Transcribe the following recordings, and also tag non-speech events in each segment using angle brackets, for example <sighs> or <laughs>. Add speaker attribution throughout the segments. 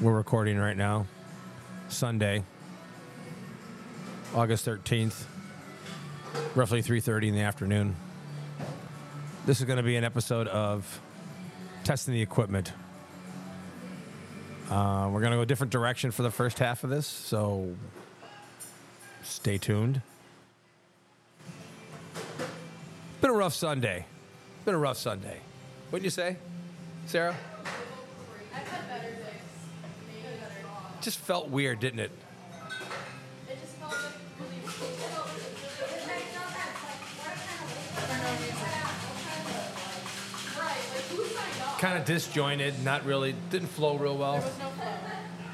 Speaker 1: We're recording right now, Sunday, August 13th, roughly 3:30 in the afternoon. This is going to be an episode of testing the equipment. Uh, we're going to go a different direction for the first half of this, so stay tuned. Been a rough Sunday. Been a rough Sunday. Wouldn't you say, Sarah?
Speaker 2: I've had better days. Maybe better.
Speaker 1: Just felt weird, didn't it?
Speaker 2: It just felt like really. It felt really good. And I felt that it's like, why kind of late for no reason? Right, like who signed off?
Speaker 1: Kind of disjointed, not really, didn't flow real well.
Speaker 2: There was no flow.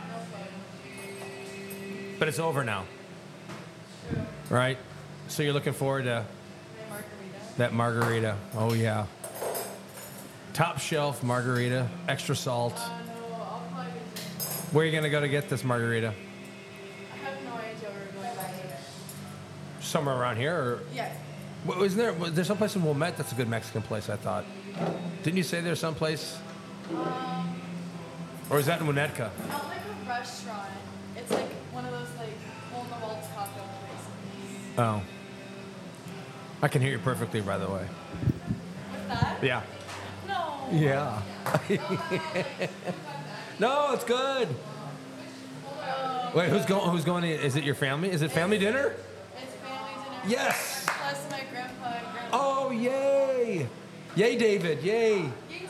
Speaker 2: No flow.
Speaker 1: But it's over now. Right? So you're looking forward to
Speaker 2: Margarita.
Speaker 1: that margarita. Oh, yeah. Top shelf margarita, extra salt.
Speaker 2: Uh, no, I'll probably be drinking.
Speaker 1: Where are you going to go to get this margarita?
Speaker 2: I have no idea where we're going by either.
Speaker 1: Somewhere around here? Or,
Speaker 2: Yeah.
Speaker 1: Wa- wasn't there, was there someplace in Wilmette that's a good Mexican place, I thought? Didn't you say there's someplace?
Speaker 2: Um,
Speaker 1: Or is that in Winnetka?
Speaker 2: Not like a restaurant. It's like one of those like hole in the walls taco places.
Speaker 1: Oh. I can hear you perfectly, by the way.
Speaker 2: With that?
Speaker 1: Yeah.
Speaker 2: No.
Speaker 1: Yeah. <laughs> no, it's good. Wait, who's going? Who's going? Is it your family? Is it family dinner?
Speaker 2: It's family dinner.
Speaker 1: Yes.
Speaker 2: Plus my grandpa and grandma.
Speaker 1: Oh, yay! Yay, David! Yay!
Speaker 2: Yay, David.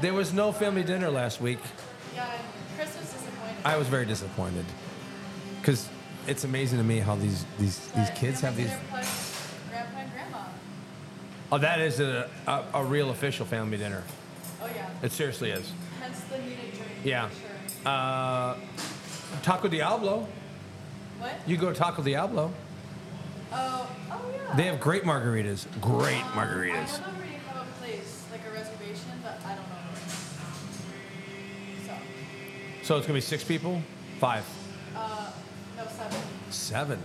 Speaker 1: There was no family dinner last week.
Speaker 2: Yeah, Chris was disappointed.
Speaker 1: I was very disappointed because it's amazing to me how these these
Speaker 2: but
Speaker 1: these kids have
Speaker 2: they're
Speaker 1: these.
Speaker 2: plus Grandpa and grandma.
Speaker 1: Oh, that is a, a a real official family dinner.
Speaker 2: Oh yeah.
Speaker 1: It seriously is.
Speaker 2: Hence the needed drink.
Speaker 1: Yeah.
Speaker 2: For sure.
Speaker 1: Uh, Taco Diablo.
Speaker 2: What?
Speaker 1: You go to Taco Diablo.
Speaker 2: Oh. Oh yeah.
Speaker 1: They have great margaritas. Great margaritas.
Speaker 2: I know where you have a place like a reservation, but I don't know where. So,
Speaker 1: So it's gonna be six people, five,
Speaker 2: uh, no seven.
Speaker 1: seven.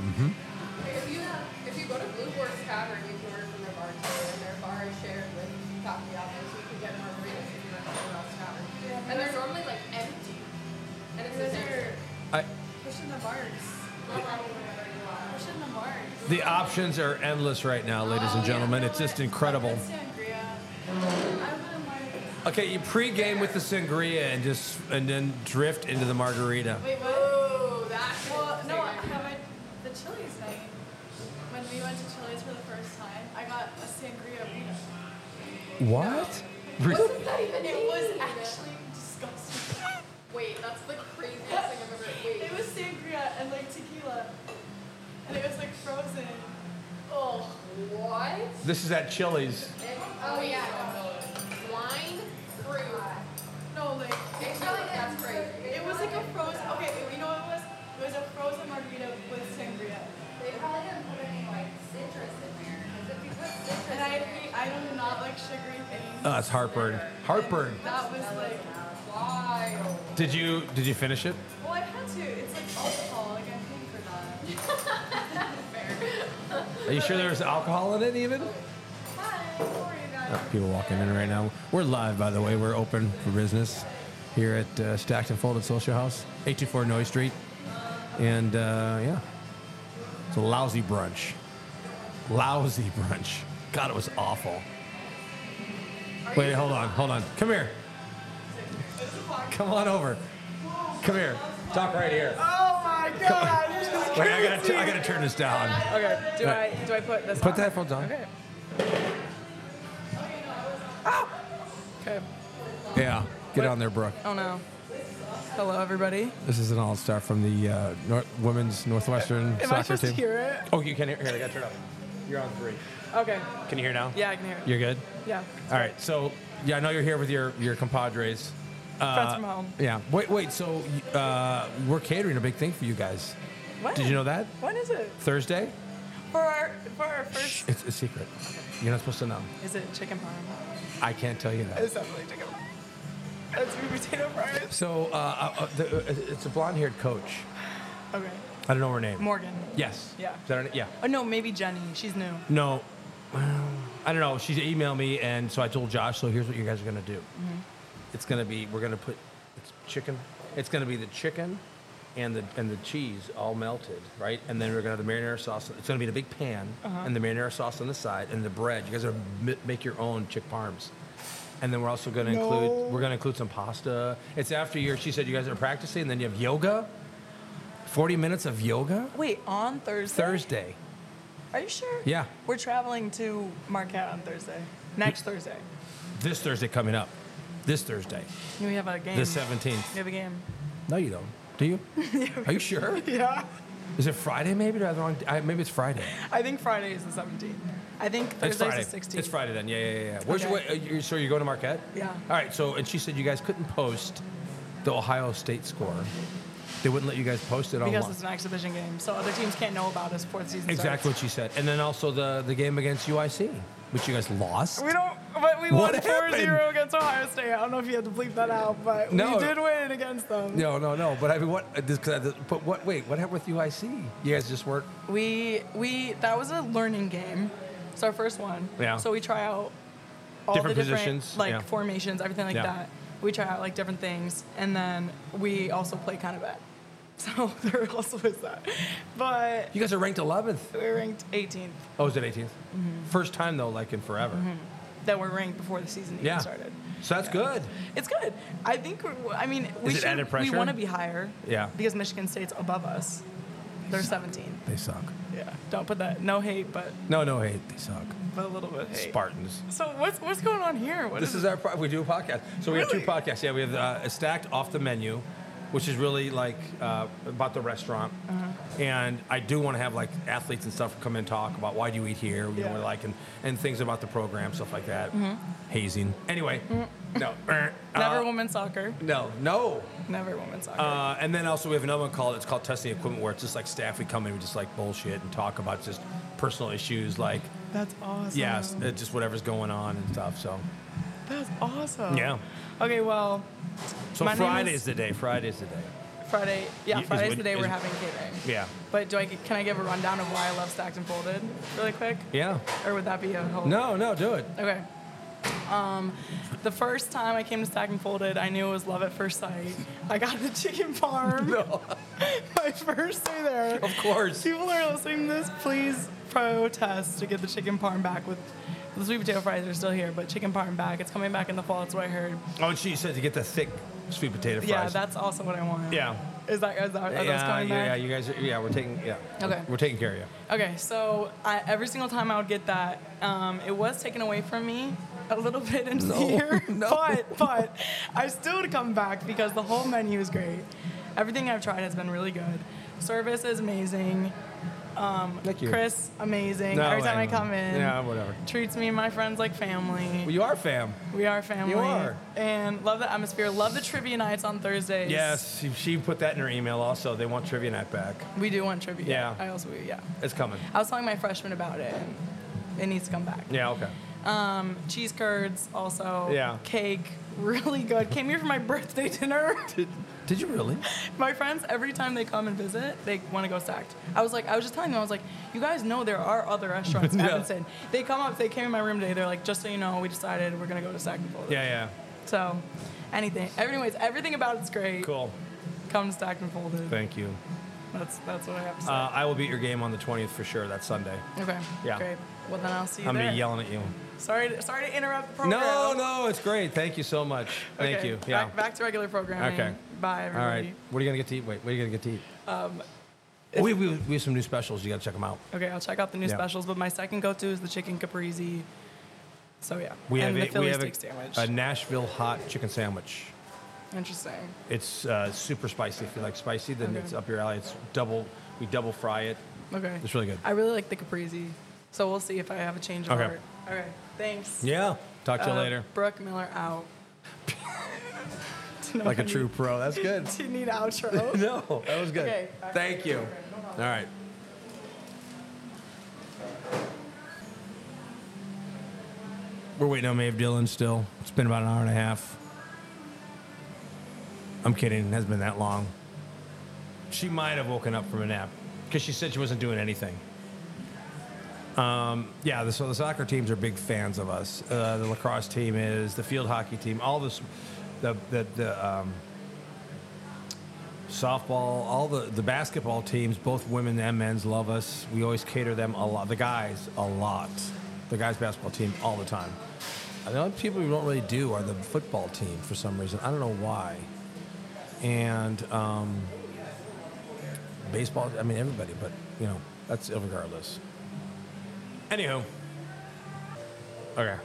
Speaker 3: If you if you go to Blue Horse Tavern, you can order from their bartender, and their bar is shared with Taco Diablo, so you can get margaritas if you're at someone else's tavern. And they're normally like empty, and it's a dinner.
Speaker 1: I,
Speaker 2: Pushing the marks. Pushing the marks. Oh,
Speaker 1: the options are endless right now, ladies and gentlemen. It's just incredible.
Speaker 2: Sangria. I wouldn't mind.
Speaker 1: Okay, you pregame with the sangria and just and then drift into the margarita.
Speaker 2: Wait, what?
Speaker 3: Ooh, Oh, that.
Speaker 2: Well, no, I
Speaker 4: <laughs>
Speaker 2: haven't. The Chili's night, when we went to Chili's for the first time, I got a sangria Rita.
Speaker 1: What?
Speaker 3: Wasn't that even
Speaker 2: It was
Speaker 3: neat?
Speaker 2: actually disgusting.
Speaker 3: Wait, that's the craziest thing I've ever. Wait.
Speaker 2: It was sangria and like tequila, and it was like frozen.
Speaker 3: Oh, what?
Speaker 1: This is at Chili's.
Speaker 3: Oh yeah. Wine, fruit.
Speaker 2: No, like
Speaker 3: It's not like that's crazy.
Speaker 2: it was like a frozen. Okay, you know what it was? It was a frozen margarita with sangria,
Speaker 4: They probably didn't put any like citrus in there. Because if you put citrus
Speaker 2: and I eat- I do not like sugary things.
Speaker 1: Oh, it's heartburn. Heartburn.
Speaker 2: That was like.
Speaker 3: Wild.
Speaker 1: Did you did you finish it?
Speaker 2: Well, I had to. It's like alcohol. Like I'm paying for that.
Speaker 1: Are you sure there was alcohol in it even?
Speaker 2: Hi, don't worry about
Speaker 1: Oh,
Speaker 2: it.
Speaker 1: people walking in right now. We're live, by the way. We're open for business here at uh, Stacked and Folded Social House, 824 Noy Street. And uh, yeah, it's a lousy brunch. Lousy brunch. God, it was awful. Wait, hold on, hold on. Come here. Come on over. Come here. Talk right here.
Speaker 5: Oh my god, this is
Speaker 1: Wait, I gotta, t- I gotta turn this down.
Speaker 5: Okay, do I do I put this
Speaker 1: Put
Speaker 5: on?
Speaker 1: the headphones on.
Speaker 5: Okay. Ah! Okay.
Speaker 1: Yeah, get on there, Brooke.
Speaker 5: Oh no. Hello everybody.
Speaker 1: This is an all star from the uh, North, women's Northwestern
Speaker 5: Am
Speaker 1: soccer
Speaker 5: I supposed
Speaker 1: team.
Speaker 5: to hear it?
Speaker 1: Oh, you can hear. Here, I got to turn up. You're on three.
Speaker 5: Okay.
Speaker 1: Can you hear now?
Speaker 5: Yeah, I can hear it.
Speaker 1: You're good.
Speaker 5: Yeah.
Speaker 1: All right. So, yeah, I know you're here with your your compadres. Uh,
Speaker 5: Friends from home.
Speaker 1: Yeah. Wait, wait. So, uh, we're catering a big thing for you guys.
Speaker 5: What?
Speaker 1: Did you know that
Speaker 5: When is it?
Speaker 1: Thursday?
Speaker 5: For our for our
Speaker 1: Shh,
Speaker 5: first
Speaker 1: it's a secret. You're not supposed to know.
Speaker 5: Is it chicken parm?
Speaker 1: I can't tell you that.
Speaker 5: It's definitely chicken parm. That's sweet potato fries.
Speaker 1: So, uh, uh, the, uh, it's a blonde-haired coach.
Speaker 5: Okay.
Speaker 1: I don't know her name.
Speaker 5: Morgan.
Speaker 1: Yes.
Speaker 5: Yeah.
Speaker 1: Is that her name? Yeah.
Speaker 5: Oh no, maybe Jenny. She's new.
Speaker 1: No. Well, I don't know. She emailed me, and so I told Josh, so here's what you guys are going to do. It's gonna be we're gonna put it's chicken. It's gonna be the chicken and the and the cheese all melted, right? And then we're gonna have the marinara sauce. It's gonna be in a big pan and the marinara sauce on the side and the bread. You guys are mi- make your own chick parms. And then we're also gonna
Speaker 5: No.
Speaker 1: include we're gonna include some pasta. It's after your she said you guys are practicing, then you have yoga. Forty minutes of yoga?
Speaker 5: Wait, on Thursday?
Speaker 1: Thursday.
Speaker 5: Are you sure?
Speaker 1: Yeah.
Speaker 5: We're traveling to Marquette on Thursday. Next Thursday.
Speaker 1: This Thursday coming up. This Thursday.
Speaker 5: We have a game.
Speaker 1: The seventeenth.
Speaker 5: We have a game.
Speaker 1: No, you don't. Do you? Are you sure?
Speaker 5: <laughs> Yeah.
Speaker 1: Is it Friday? Maybe Do I have the wrong. I, maybe it's Friday.
Speaker 5: I think Friday is the 17th. I think
Speaker 1: It's Friday.
Speaker 5: Thursday's the 16th.
Speaker 1: It's Friday then. Yeah, yeah, yeah. yeah. Where's
Speaker 5: Okay.
Speaker 1: your, uh, you're, so you're going to Marquette?
Speaker 5: Yeah.
Speaker 1: All right. So and she said you guys couldn't post the Ohio State score. They wouldn't let you guys post it
Speaker 5: Because
Speaker 1: online.
Speaker 5: it's an exhibition game, so other teams can't know about us before the season
Speaker 1: exactly
Speaker 5: starts.
Speaker 1: what she said. And then also the the game against UIC, which you guys lost.
Speaker 5: We don't, but we
Speaker 1: What
Speaker 5: won 4 0
Speaker 1: happened?
Speaker 5: against Ohio State. I don't know if you had to bleep that out, but
Speaker 1: No.
Speaker 5: we did win against them.
Speaker 1: No, no, no. But I mean, what? uh, This, 'cause I- this- but what? Wait, what happened with UIC? You guys just weren't.
Speaker 5: We we that was a learning game. It's our first one.
Speaker 1: Yeah.
Speaker 5: So we try out all
Speaker 1: Different
Speaker 5: the different
Speaker 1: positions,
Speaker 5: like
Speaker 1: yeah.
Speaker 5: formations, everything like
Speaker 1: Yeah.
Speaker 5: that. We try out like different things, and then we also play kind of bad. <laughs> So there also is that. But
Speaker 1: You guys are ranked 11th.
Speaker 5: we were ranked 18th.
Speaker 1: Oh, is it 18th?
Speaker 5: Mm-hmm.
Speaker 1: First time though, like in forever.
Speaker 5: That we're ranked before the season even
Speaker 1: Yeah.
Speaker 5: started.
Speaker 1: So that's good.
Speaker 5: It's good. I think. We're, I mean, we
Speaker 1: Is it
Speaker 5: should.
Speaker 1: added pressure?
Speaker 5: We want to be higher.
Speaker 1: Yeah.
Speaker 5: Because Michigan State's above us. They're 17.
Speaker 1: They suck.
Speaker 5: Yeah. Don't put that. No hate, but,
Speaker 1: No, no hate. They suck.
Speaker 5: but a little bit hate.
Speaker 1: Spartans.
Speaker 5: So what's what's going on here? What
Speaker 1: This is our pro- we do a podcast. So we
Speaker 5: Really?
Speaker 1: have two podcasts. Yeah, we have uh, Stacked Off the Menu, which is really like uh, about the restaurant.
Speaker 5: Uh-huh.
Speaker 1: And I do want to have like athletes and stuff come and talk about why do you eat here, you
Speaker 5: Yeah. Mm-hmm.
Speaker 1: know, like and, and things about the program, stuff like that. Hazing. Anyway, no. <laughs> er,
Speaker 5: Never
Speaker 1: uh,
Speaker 5: women's soccer.
Speaker 1: No, no.
Speaker 5: Never women's soccer.
Speaker 1: Uh, and then also we have another one called it's called testing equipment where it's just like staff we come in we just like bullshit and talk about just personal issues like
Speaker 5: That's awesome.
Speaker 1: yeah s- uh, just whatever's going on and stuff so
Speaker 5: That's awesome.
Speaker 1: Yeah.
Speaker 5: Okay, well,
Speaker 1: so
Speaker 5: My name
Speaker 1: Friday's
Speaker 5: is-
Speaker 1: the day Friday's the day
Speaker 5: Friday.
Speaker 1: Y-
Speaker 5: Yeah,
Speaker 1: is
Speaker 5: Friday's
Speaker 1: when-
Speaker 5: the day we're
Speaker 1: is-
Speaker 5: having catering.
Speaker 1: yeah
Speaker 5: But do I get- can I give a rundown of why I love Stacked and Folded really quick?
Speaker 1: Yeah.
Speaker 5: Or would that be a whole?
Speaker 1: No, no, do it.
Speaker 5: Okay. Um, the first time I came to Stack and Folded, I knew it was love at first sight. I got the <laughs> chicken farm. <laughs> My first day there.
Speaker 1: Of course.
Speaker 5: People that are listening to this, please protest to get the chicken parm back with the sweet potato fries are still here, but chicken parm back. It's coming back in the fall, that's what I heard.
Speaker 1: Oh, and she said to get the thick sweet potato fries.
Speaker 5: Yeah, that's also what I want.
Speaker 1: Yeah.
Speaker 5: Is that is that, are those
Speaker 1: yeah,
Speaker 5: coming
Speaker 1: yeah,
Speaker 5: back?
Speaker 1: you guys. Are, yeah, we're taking. Yeah.
Speaker 5: Okay.
Speaker 1: We're taking care of you.
Speaker 5: Okay, so I, every single time I would get that, um, it was taken away from me a little <laughs> bit into the
Speaker 1: <laughs>
Speaker 5: year, but but I still would come back because the whole menu is great. Everything I've tried has been really good. Service is amazing.
Speaker 1: Thank you.
Speaker 5: Chris, amazing.
Speaker 1: No,
Speaker 5: every time I
Speaker 1: and-
Speaker 5: come in,
Speaker 1: Yeah, whatever.
Speaker 5: treats me and my friends like family.
Speaker 1: Well, you are fam.
Speaker 5: we are family.
Speaker 1: You are.
Speaker 5: And love the atmosphere. Love the trivia nights on Thursdays.
Speaker 1: Yes, she- she put that in her email. Also, they want trivia night back.
Speaker 5: We do want trivia.
Speaker 1: Yeah.
Speaker 5: I also, yeah.
Speaker 1: It's coming.
Speaker 5: I was telling my freshman about it. and It needs to come back.
Speaker 1: Yeah. Okay.
Speaker 5: cheese curds also
Speaker 1: Yeah.
Speaker 5: cake really good came here for my <laughs> birthday dinner
Speaker 1: Did, did you really?
Speaker 5: my friends every time they come and visit they want to go stacked i was like i was just telling them i was like you guys know there are
Speaker 1: <laughs>
Speaker 5: other restaurants in
Speaker 1: Yeah.
Speaker 5: Evanston. they come up they came in my room today they're like just so you know we decided we're going to go to stacked and folded
Speaker 1: Yeah. Yeah.
Speaker 5: so anything anyways everything about it's great
Speaker 1: Cool.
Speaker 5: come to stacked and folded
Speaker 1: Thank you.
Speaker 5: that's that's what i have to
Speaker 1: Uh,
Speaker 5: say
Speaker 1: I will be at your game on the 20th for sure. That's Sunday.
Speaker 5: okay
Speaker 1: Uh, yeah.
Speaker 5: great well then i'll see you
Speaker 1: I'm gonna
Speaker 5: there
Speaker 1: be yelling at you.
Speaker 5: sorry to, sorry to interrupt the program
Speaker 1: No, no, it's great. Thank you so much. Thank
Speaker 5: Oh, Okay,
Speaker 1: you. Yeah.
Speaker 5: back, back to regular programming
Speaker 1: Okay.
Speaker 5: bye
Speaker 1: All
Speaker 5: everybody
Speaker 1: right. What are you gonna get to eat? Wait. What are you gonna get to eat? Um, we, we, we have some new specials. You gotta check them out.
Speaker 5: Okay, I'll check out the new
Speaker 1: Yeah.
Speaker 5: specials, but my second go-to is the chicken caprese. So yeah,
Speaker 1: We have
Speaker 5: and the
Speaker 1: a,
Speaker 5: Philly
Speaker 1: we have
Speaker 5: steak
Speaker 1: a,
Speaker 5: sandwich.
Speaker 1: a Nashville hot chicken sandwich.
Speaker 5: Interesting.
Speaker 1: It's uh, super spicy. If you like spicy, then
Speaker 5: Okay.
Speaker 1: it's up your alley. It's double. We double fry it.
Speaker 5: Okay,
Speaker 1: It's really good.
Speaker 5: I really like the caprese, so we'll see if I have a change of
Speaker 1: Okay.
Speaker 5: heart. Okay, thanks.
Speaker 1: Yeah. Talk to you
Speaker 5: Uh, <laughs>
Speaker 1: later.
Speaker 5: Brooke Miller out. Do you know
Speaker 1: <laughs> Like
Speaker 5: what
Speaker 1: a
Speaker 5: I
Speaker 1: true pro. That's good.
Speaker 5: need? <laughs> Do you need outro?
Speaker 1: <laughs> no, that was good.
Speaker 5: Okay.
Speaker 1: Thank you. All right. We're waiting on Maeve Dillon still. It's been about an hour and a half. I'm kidding. It hasn't been that long. She might have woken up from a nap because she said she wasn't doing anything. Um, yeah, the, so the soccer teams are big fans of us. Uh, the lacrosse team is, the field hockey team, all this. the the, the um, softball, all the the basketball teams, both women and men's, love us. We always cater them a lot. The guys a lot. The guys basketball team all the time. And The only people we don't really do are the football team for some reason. I don't know why. And um, baseball. I mean everybody, but you know that's regardless. Anywho. Okay.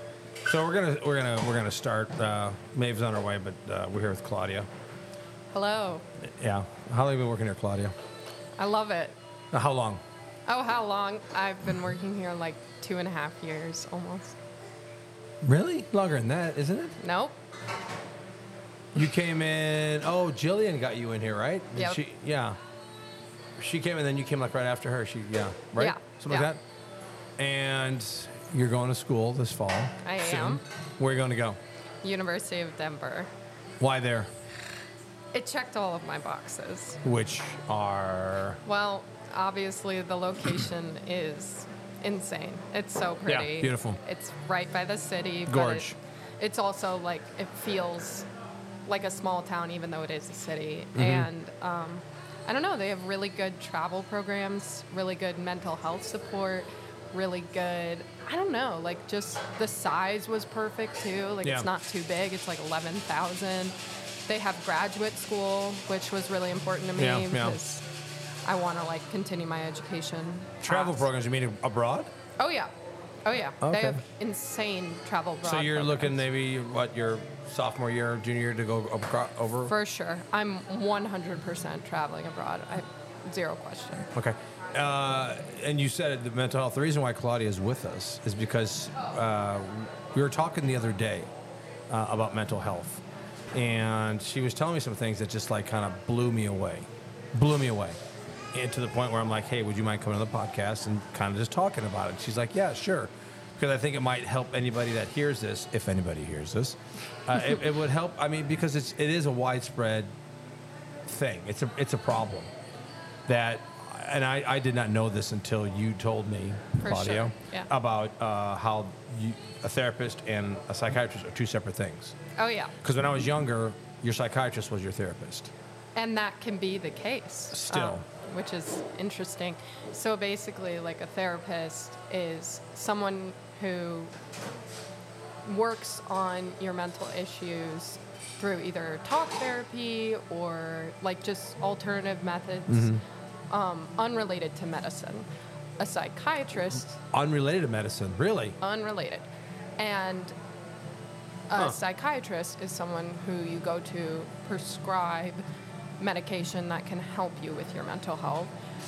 Speaker 1: So we're gonna we're gonna we're gonna start. Uh, Maeve's on her way, but uh, we're here with Claudia.
Speaker 3: Hello.
Speaker 1: Yeah. How long have you been working here, Claudia?
Speaker 3: I love it.
Speaker 1: Uh, How long?
Speaker 3: Oh, how long? I've been working here like two and a half years almost.
Speaker 1: Really? Longer than that, isn't it?
Speaker 3: Nope.
Speaker 1: You came in. Oh, Jillian got you in here, right? Did
Speaker 3: Yep.
Speaker 1: She, yeah. She came and then you came like right after her. She yeah right
Speaker 3: Yeah,
Speaker 1: something
Speaker 3: yeah.
Speaker 1: like that. And you're going to school this fall.
Speaker 3: I
Speaker 1: soon.
Speaker 3: am.
Speaker 1: Where are you going to go?
Speaker 3: University of Denver.
Speaker 1: Why there?
Speaker 3: It checked all of my boxes.
Speaker 1: Which are
Speaker 3: Well, obviously the location is insane. It's so
Speaker 1: Yeah,
Speaker 3: pretty.
Speaker 1: beautiful.
Speaker 3: It's right by the city.
Speaker 1: Gorge.
Speaker 3: But it, it's also like it feels like a small town, even though it is a city.
Speaker 1: Mm-hmm.
Speaker 3: And um, I don't know. They have really good travel programs, really good mental health support, really good. I don't know. Like just the size was perfect too. Like
Speaker 1: Yeah.
Speaker 3: it's not too big. It's like eleven thousand. They have graduate school, which was really important to me
Speaker 1: Yeah, yeah.
Speaker 3: because I want to like continue my education.
Speaker 1: travel
Speaker 3: path.
Speaker 1: programs. You mean abroad?
Speaker 3: Oh yeah, oh yeah.
Speaker 1: Okay.
Speaker 3: They have insane travel.
Speaker 1: So
Speaker 3: abroad
Speaker 1: you're looking
Speaker 3: programs.
Speaker 1: maybe what your sophomore year, junior year to go abro- over.
Speaker 3: for sure. I'm 100% traveling abroad. I zero question.
Speaker 1: Okay. Uh, and you said the mental health. The reason why Claudia is with us is because uh, we were talking the other day uh, about mental health, and she was telling me some things that just like kind of blew me away, blew me away, and to the point where I'm like, hey, would you mind coming on the podcast and kind of just talking about it? She's like, yeah, sure. Because I think it might help anybody that hears this, if anybody hears this, uh, it, it would help. I mean, because it's it is a widespread thing. It's a it's a problem that, and I, I did not know this until you told me,
Speaker 3: For
Speaker 1: Claudio,
Speaker 3: sure, yeah.
Speaker 1: about uh, how you, a therapist and a psychiatrist are two separate things.
Speaker 3: Oh yeah,
Speaker 1: Because when I was younger, your psychiatrist was your therapist.
Speaker 3: and that can be the case
Speaker 1: Still.
Speaker 3: which is interesting. So basically, like a therapist is someone who works on your mental issues through either talk therapy or like just alternative methods um, unrelated to medicine. A psychiatrist,
Speaker 1: Unrelated to medicine, really.
Speaker 3: unrelated. And a
Speaker 1: Huh.
Speaker 3: psychiatrist is someone who you go to prescribe medication that can help you with your mental health.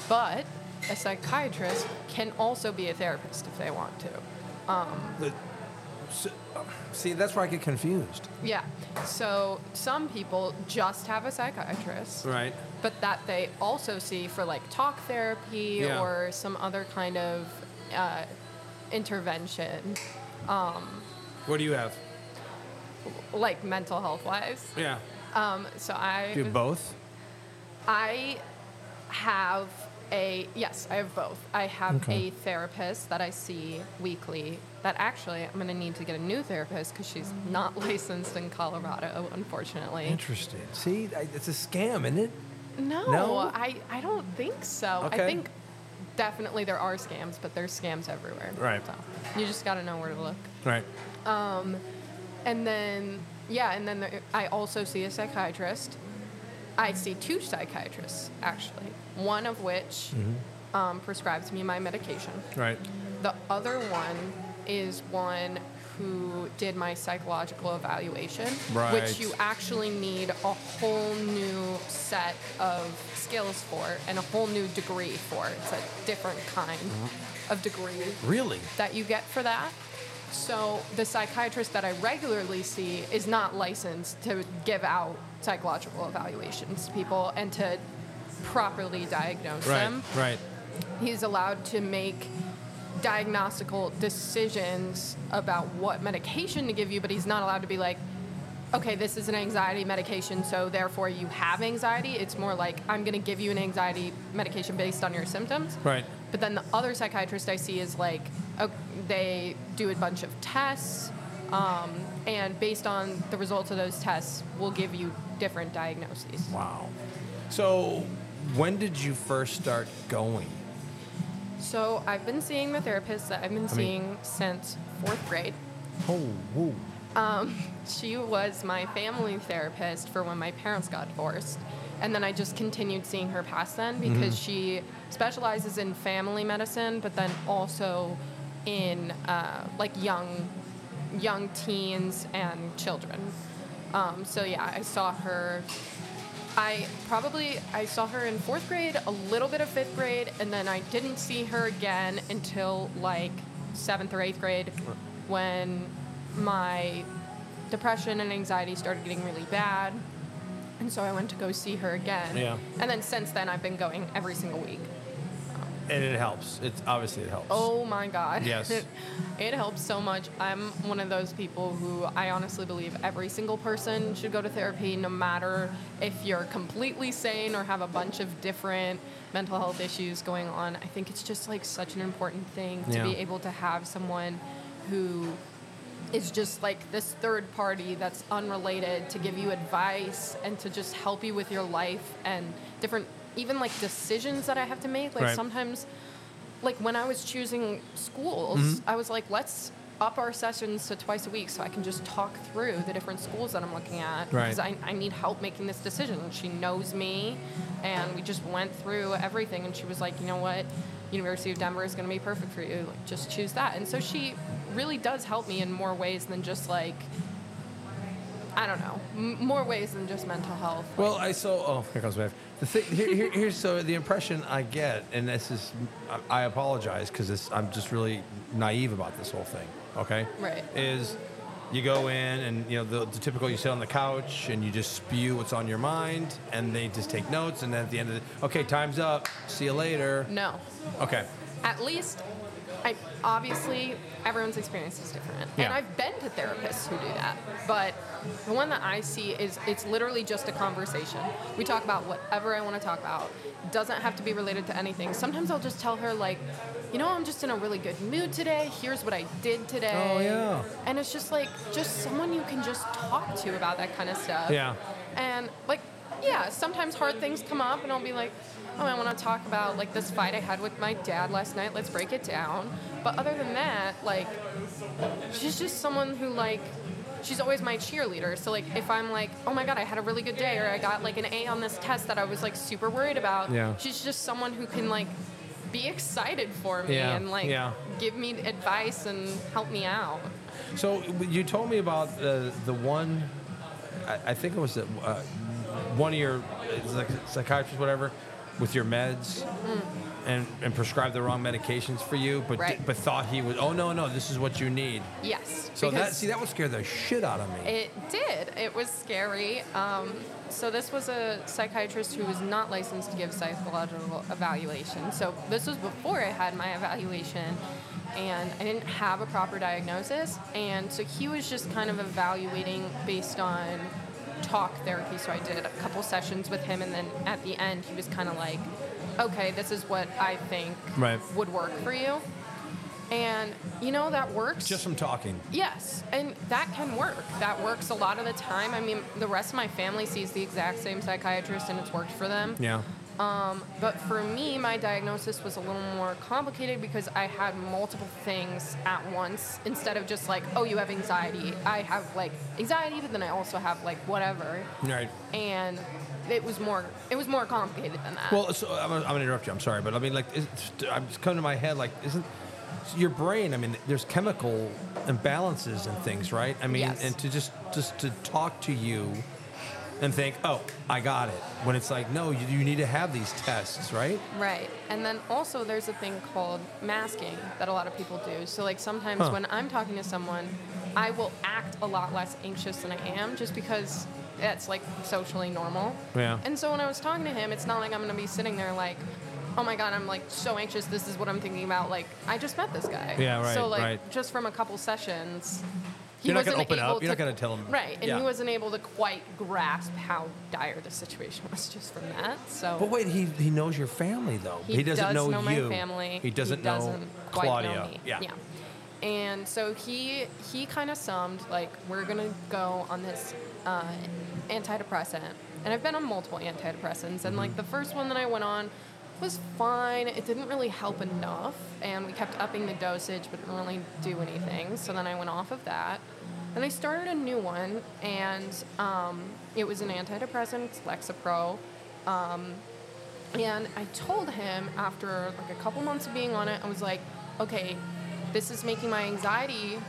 Speaker 3: But a psychiatrist can also be a therapist if they want to.
Speaker 1: See, that's where I get confused.
Speaker 3: Yeah. So some people just have a psychiatrist.
Speaker 1: Right.
Speaker 3: but that they also see for like talk therapy
Speaker 1: Yeah.
Speaker 3: or some other kind of uh, intervention,
Speaker 1: What do you have?
Speaker 3: like mental health wise.
Speaker 1: Yeah.
Speaker 3: Um, so I
Speaker 1: Do you have both?
Speaker 3: I have a yes, I have both. I have
Speaker 1: Okay.
Speaker 3: a therapist that I see weekly. That actually, I'm gonna need to get a new therapist because she's not <laughs> licensed in Colorado, unfortunately.
Speaker 1: Interesting. See, I, it's a scam, isn't it?
Speaker 3: No,
Speaker 1: No?
Speaker 3: I, I don't think so.
Speaker 1: Okay.
Speaker 3: I think definitely there are scams, but there's scams everywhere.
Speaker 1: Right.
Speaker 3: So you just got to know where to look.
Speaker 1: Right.
Speaker 3: And then, yeah, and then there, I also see a psychiatrist. I see two psychiatrists, actually, one of which um, prescribes me my medication.
Speaker 1: Right.
Speaker 3: The other one is one who did my psychological evaluation,
Speaker 1: Right.
Speaker 3: which you actually need a whole new set of skills for and a whole new degree for. It's a different kind of degree
Speaker 1: Really?
Speaker 3: that you get for that. So the psychiatrist that I regularly see is not licensed to give out psychological evaluations to people and to properly diagnose them
Speaker 1: Right.
Speaker 3: he's allowed to make diagnostical decisions about what medication to give you, but he's not allowed to be like, okay, this is an anxiety medication, so therefore you have anxiety. It's more like, I'm going to give you an anxiety medication based on your symptoms.
Speaker 1: Right.
Speaker 3: But then the other psychiatrist I see is like, oh, they do a bunch of tests. Um, and based on the results of those tests, we'll give you different diagnoses.
Speaker 1: Wow. So, when did you first start going?
Speaker 3: So I've been seeing the therapist that I've been seeing since fourth grade.
Speaker 1: Oh, whoa.
Speaker 3: She was my family therapist for when my parents got divorced. And then I just continued seeing her past then because she specializes in family medicine, but then also in uh, like young, young teens and children. Um, so yeah, I saw her. I probably I saw her in fourth grade, a little bit of fifth grade, and then I didn't see her again until like seventh or eighth grade, when my depression and anxiety started getting really bad. And so I went to go see her again.
Speaker 1: Yeah.
Speaker 3: And then since then, I've been going every single week.
Speaker 1: And it helps. It's obviously it helps.
Speaker 3: Oh my God.
Speaker 1: Yes.
Speaker 3: <laughs> it helps so much. I'm one of those people who I honestly believe every single person should go to therapy, no matter if you're completely sane or have a bunch of different mental health issues going on. I think it's just like such an important thing to
Speaker 1: Yeah.
Speaker 3: be able to have someone who is just like this third party that's unrelated to give you advice and to just help you with your life and different even like decisions that I have to make like
Speaker 1: Right.
Speaker 3: sometimes like when I was choosing schools I was like let's up our sessions to twice a week so I can just talk through the different schools that I'm looking at
Speaker 1: Right.
Speaker 3: because I, I need help making this decision she knows me and we just went through everything and she was like you know what University of Denver is going to be perfect for you like just choose that and so she really does help me in more ways than just like I don't know m- more ways than just mental health
Speaker 1: Well, I so oh here comes wave. The thing here, here here's so the impression I get, and this is I I apologize because I'm just really naive about this whole thing. Okay,
Speaker 3: Right.
Speaker 1: Is you go in and you know the, the typical you sit on the couch and you just spew what's on your mind, and they just take notes, and then at the end of the okay, time's up. See you later.
Speaker 3: no
Speaker 1: Okay,
Speaker 3: at least I obviously everyone's experience is different. And
Speaker 1: Yeah.
Speaker 3: I've been to therapists who do that. But the one that I see is it's literally just a conversation. We talk about whatever I want to talk about. Doesn't have to be related to anything. Sometimes I'll just tell her like, you know, I'm just in a really good mood today. Here's what I did today.
Speaker 1: Oh, yeah.
Speaker 3: And it's just like just someone you can just talk to about that kind of stuff.
Speaker 1: Yeah.
Speaker 3: And like, yeah, sometimes hard things come up, and I'll be like, oh, I want to talk about like this fight I had with my dad last night. Let's break it down. But other than that, like, she's just someone who like. She's always my cheerleader. So like if I'm like, "Oh my god, I had a really good day or I got like an A on this test that I was like super worried about."
Speaker 1: Yeah.
Speaker 3: She's just someone who can like be excited for me
Speaker 1: Yeah,
Speaker 3: and like
Speaker 1: yeah.
Speaker 3: give me advice and help me out.
Speaker 1: so you told me about the the one, I, I think it was the, uh, one of your it's like psychiatrist whatever, with your meds. And, and prescribed the wrong medications for you, but
Speaker 3: Mm. Right.
Speaker 1: but thought he was. Oh no, no, this is what you need.
Speaker 3: Yes.
Speaker 1: So that
Speaker 3: because-
Speaker 1: see that would scare the shit out of me.
Speaker 3: It did. It was scary. Um, so this was a psychiatrist who was not licensed to give psychological evaluation. So this was before I had my evaluation, and I didn't have a proper diagnosis. And so he was just kind of evaluating based on talk therapy. So I did a couple sessions with him, and then at the end he was kind of like, "Okay, this is what I think
Speaker 1: Right.
Speaker 3: would work for you." And you know that works.
Speaker 1: Just from talking.
Speaker 3: Yes, and that can work. That works a lot of the time. I mean, the rest of my family sees the exact same psychiatrist and it's worked for them.
Speaker 1: Yeah.
Speaker 3: But for me, my diagnosis was a little more complicated because I had multiple things at once instead of just like, oh, you have anxiety. I have like anxiety, but then I also have like whatever.
Speaker 1: Right.
Speaker 3: And it was more it was more complicated than that.
Speaker 1: Well, so I'm, gonna- I'm gonna interrupt you. I'm sorry, but I mean, like, it's, I'm just coming to my head. Like, isn't so your brain? I mean, there's chemical imbalances and things, right? I mean,
Speaker 3: Yes.
Speaker 1: and to just just to talk to you and think, oh, I got it. When it's like, no, you, you need to have these tests, right?
Speaker 3: Right. And then also there's a thing called masking that a lot of people do. So like sometimes
Speaker 1: Huh.
Speaker 3: when I'm talking to someone, I will act a lot less anxious than I am just because that's like socially normal.
Speaker 1: Yeah.
Speaker 3: And so when I was talking to him, it's not like I'm going to be sitting there like Oh my god, I'm like so anxious. This is what I'm thinking about. Like, I just met this guy.
Speaker 1: Yeah, right,
Speaker 3: So like,
Speaker 1: right.
Speaker 3: just from a couple sessions, he
Speaker 1: You're not
Speaker 3: wasn't
Speaker 1: gonna open
Speaker 3: able
Speaker 1: up. You're not gonna tell him.
Speaker 3: Right, and
Speaker 1: Yeah.
Speaker 3: he wasn't able to quite grasp how dire the situation was just from that. So.
Speaker 1: But wait, he, he knows your family though.
Speaker 3: He,
Speaker 1: doesn't
Speaker 3: does
Speaker 1: know,
Speaker 3: know my
Speaker 1: you.
Speaker 3: family.
Speaker 1: He doesn't, know
Speaker 3: quite
Speaker 1: Claudia.
Speaker 3: know me.
Speaker 1: Yeah.
Speaker 3: and so he he kind of summed like we're gonna go on this uh, antidepressant, and I've been on multiple antidepressants, and
Speaker 1: Mm-hmm.
Speaker 3: like the first one that I went on was fine. It didn't really help enough, and we kept upping the dosage, but it didn't really do anything. So then I went off of that, and I started a new one, and um, it was an antidepressant, it's Lexapro. And I told him after like a couple months of being on it, I was like, okay, this is making my anxiety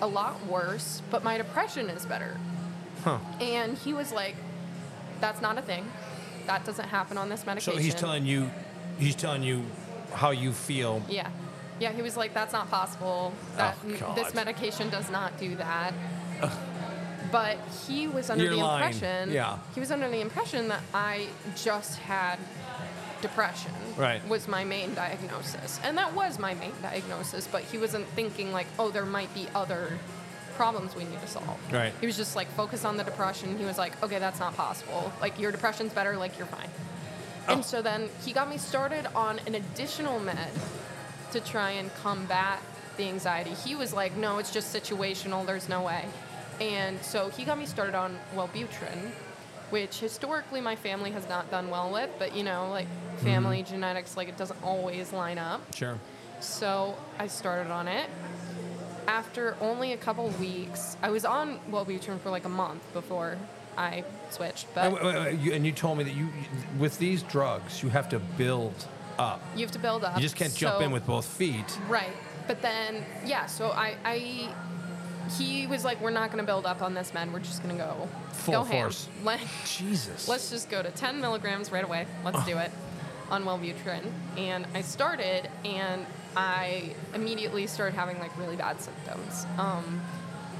Speaker 3: a lot worse, but my depression is better.
Speaker 1: Huh.
Speaker 3: And he was like, that's not a thing. That doesn't happen on this
Speaker 1: So
Speaker 3: medication.
Speaker 1: he's telling you, he's telling you how you feel.
Speaker 3: Yeah. Yeah, he was like, that's not possible. That,
Speaker 1: Oh, God.
Speaker 3: this medication does not do that. But he was under
Speaker 1: You're
Speaker 3: the
Speaker 1: lying.
Speaker 3: impression.
Speaker 1: Yeah.
Speaker 3: He was under the impression that I just had depression.
Speaker 1: Right.
Speaker 3: Was my main diagnosis. And that was my main diagnosis, but he wasn't thinking, like, oh, there might be other problems we need to solve.
Speaker 1: Right.
Speaker 3: He was just like focused on the depression. He was like, okay, that's not possible. Like, your depression's better. Like, you're fine. And so then he got me started on an additional med to try and combat the anxiety. He was like, no, it's just situational, there's no way. And so he got me started on Wellbutrin, which historically my family has not done well with, but you know, like
Speaker 1: Mm-hmm.
Speaker 3: family genetics, like it doesn't always line up.
Speaker 1: Sure.
Speaker 3: So I started on it. After only a couple weeks, I was on Wellbutrin for like a month before I switched,
Speaker 1: And,
Speaker 3: but
Speaker 1: Uh, wait, wait, wait, you, and you told me that you, with these drugs, you have to build up.
Speaker 3: you have to build up.
Speaker 1: oh. You just can't jump in
Speaker 3: So-
Speaker 1: with both feet.
Speaker 3: Right. But then, yeah, so I, I he was like, we're not going to build up on this, man. We're just going to go
Speaker 1: Full
Speaker 3: go ham. <laughs>
Speaker 1: force.
Speaker 3: Let,
Speaker 1: Jesus.
Speaker 3: let's just go to 10 milligrams right away. Let's do it
Speaker 1: Oh.
Speaker 3: on Wellbutrin. And I started, and I immediately started having like really bad symptoms. Um,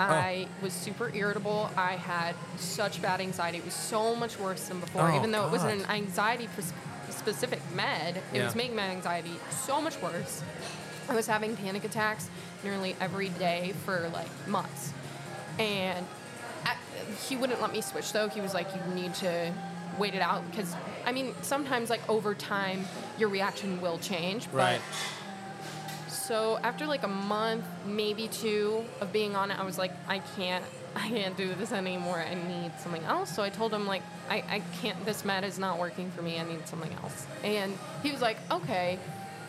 Speaker 1: Oh.
Speaker 3: I was super irritable. I had such bad anxiety. It was so much worse than before,
Speaker 1: Oh,
Speaker 3: even though it wasn't
Speaker 1: God.
Speaker 3: an anxiety pres- specific med. It
Speaker 1: Yeah.
Speaker 3: was making my anxiety so much worse. I was having panic attacks nearly every day for like months. And I, he wouldn't let me switch though. He was like, you need to wait it out because, I mean, sometimes like over time, your reaction will change. But
Speaker 1: right.
Speaker 3: so after like a month, maybe two of being on it, I was like, I can't, I can't do this anymore. I need something else. So I told him like, I, I can't. This med is not working for me. I need something else. And he was like, okay,